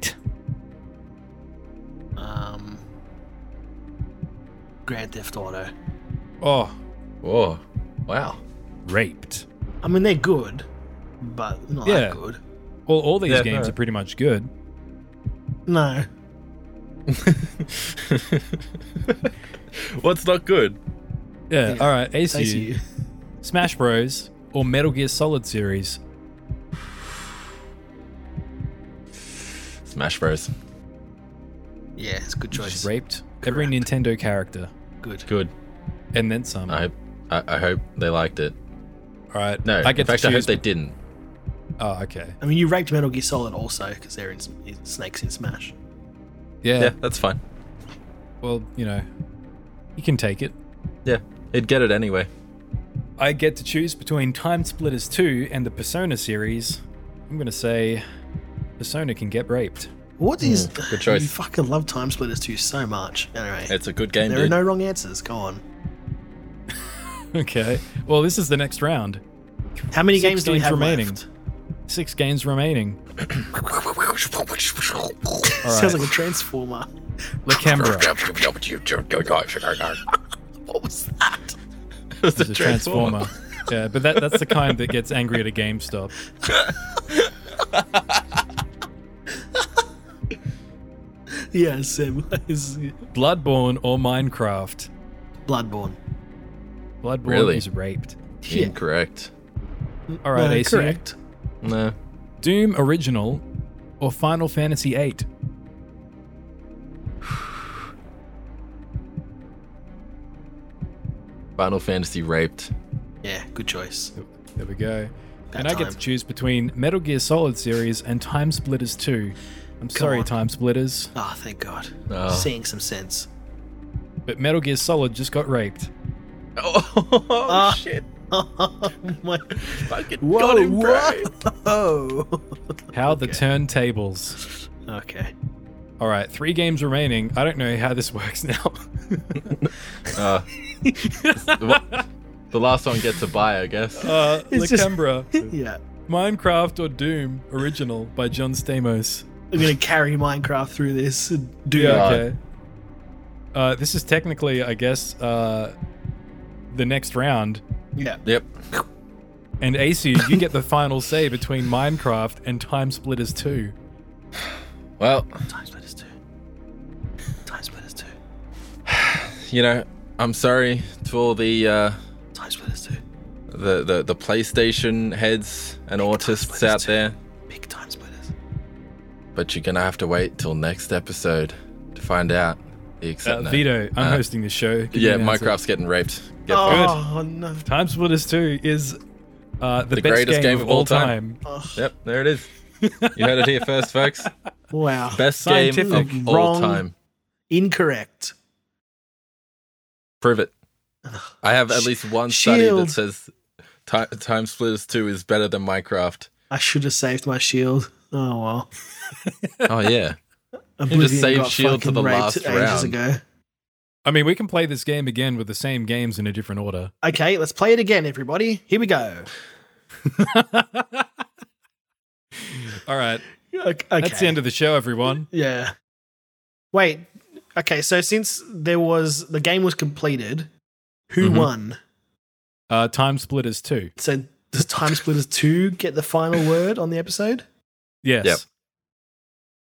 Um. Grand Theft Auto. Oh, Whoa. Wow. raped. I mean, they're good, but not Yeah. that good. Well, all these Yeah, games no. are pretty much good. No. What's not good? Yeah, Yeah. all right. ACU, Thanks to you. Smash Bros, or Metal Gear Solid series. Smash Bros. Yeah, it's a good She's choice. raped every Nintendo character Good. Good. and then some. I, I I hope they liked it. all right. No, I get in fact, to I hope choose. they didn't. oh, okay. I mean, you ranked Metal Gear Solid also because they're in, in snakes in Smash. Yeah, Yeah, that's fine. Well, you know, you can take it. Yeah, he'd get it anyway. I get to choose between Time Splitters 2 and the Persona series. I'm going to say Persona can get raped. What is good choice. You fucking love Time Splitters 2 so much. Anyway, It's a good game, there are dude. no wrong answers. Go on. Okay. Well, this is the next round. How many Six games do we games have remaining. left? Six games remaining. All right. Sounds like a transformer. Lacambra What was that? It's is a transformer. yeah, but that, that's the kind that gets angry at a GameStop. Yeah, Sam. what is it? Bloodborne or Minecraft. Bloodborne. Bloodborne Really? is raped. Yeah. Incorrect. All right, Uh, AC. correct. No. Doom original or Final Fantasy VIII. Final Fantasy raped. Yeah, good choice. There we go. About and I get time. to choose between Metal Gear Solid series and Time Splitters 2. I'm sorry, on. Time Splitters, Ah, thank God. Oh. Seeing some sense. but Metal Gear Solid just got raped. Oh, Uh, Ah. shit! Oh my! Fucking Whoa! got him, bro. whoa! How the turntables. okay. All right, three games remaining. I don't know how this works now. Uh, what- the last one gets a buy, I guess. Uh, It's just- Lacambra, Yeah, Minecraft or Doom original by John Stamos. I'm gonna carry Minecraft through this. Do Yeah. Okay. Uh, this is technically, I guess, uh, the next round. yeah. Yep. And ACU, you get the final say between Minecraft and Time Splitters 2. Well, Time splitters two. Time splitters two. you know, I'm sorry to all the uh, Time splitters two. the, the the PlayStation heads and autists out there, Big time splitters. but you're gonna have to wait till next episode to find out the Uh, exact. no. Vito, I'm Uh, hosting this show. Give me Yeah, an answer. Minecraft's getting raped. Get fucked. oh no! Time Splitters 2 is uh, the, The best greatest game of all time. Oh, Yep, there it is. You heard it here first, folks. wow. Best game Scientific. of all Wrong. time. Incorrect. Prove it. I have at least one study Shield. that says Time, time Splitters 2 is better than Minecraft. I should have saved my shield. Oh well. Oh, yeah. Oblivion saved got shield to fucking the raped last ages round. ago. I mean, we can play this game again with the same games in a different order. Okay, let's play it again, everybody. Here we go. All right. Okay. That's the end of the show, everyone. Yeah. Wait. Okay. So since there was the game was completed, who Mhm. won? Uh, time Splitters 2. So does Time Splitters Two get the final word on the episode? Yes. Yep.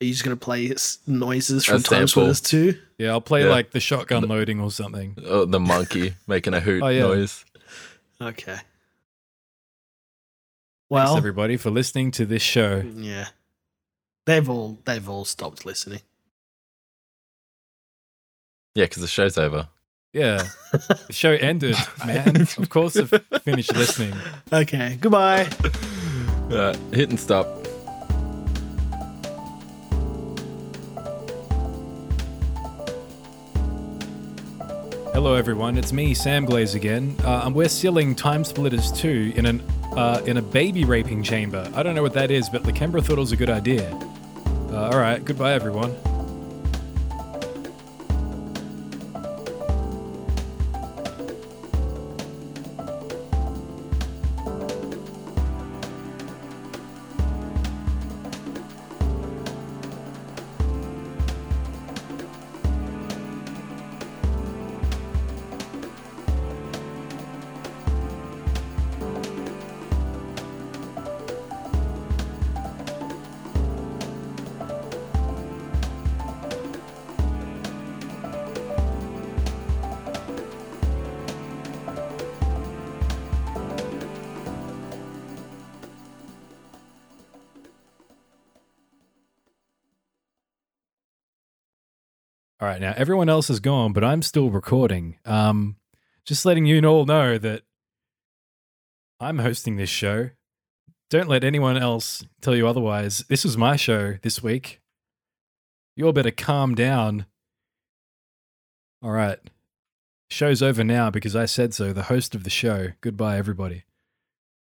Are you just gonna play s- noises from That's Time sample. Splitters Two? Yeah, I'll play Yeah. like the shotgun loading or something. Oh, the monkey making a hoot Oh, yeah. noise. Okay. Thanks, Well, everybody, for listening to this show. yeah. They've all they've all stopped listening. Yeah, because the show's over. Yeah. the show ended, man. Of course, I've finished listening. Okay. Goodbye. Uh, hit and stop. Hello, everyone. It's me, Sam Glaze again. Uh, and we're sealing Time Splitters 2 in an uh, in a baby raping chamber. I don't know what that is, but Lakembra thought it was a good idea. Uh, all right. Goodbye, everyone. All right, now everyone else is gone, but I'm still recording. Um, just letting you all know that I'm hosting this show. Don't let anyone else tell you otherwise. This was my show this week. You all better calm down. All right. Show's over now because I said so, the host of the show. Goodbye, everybody.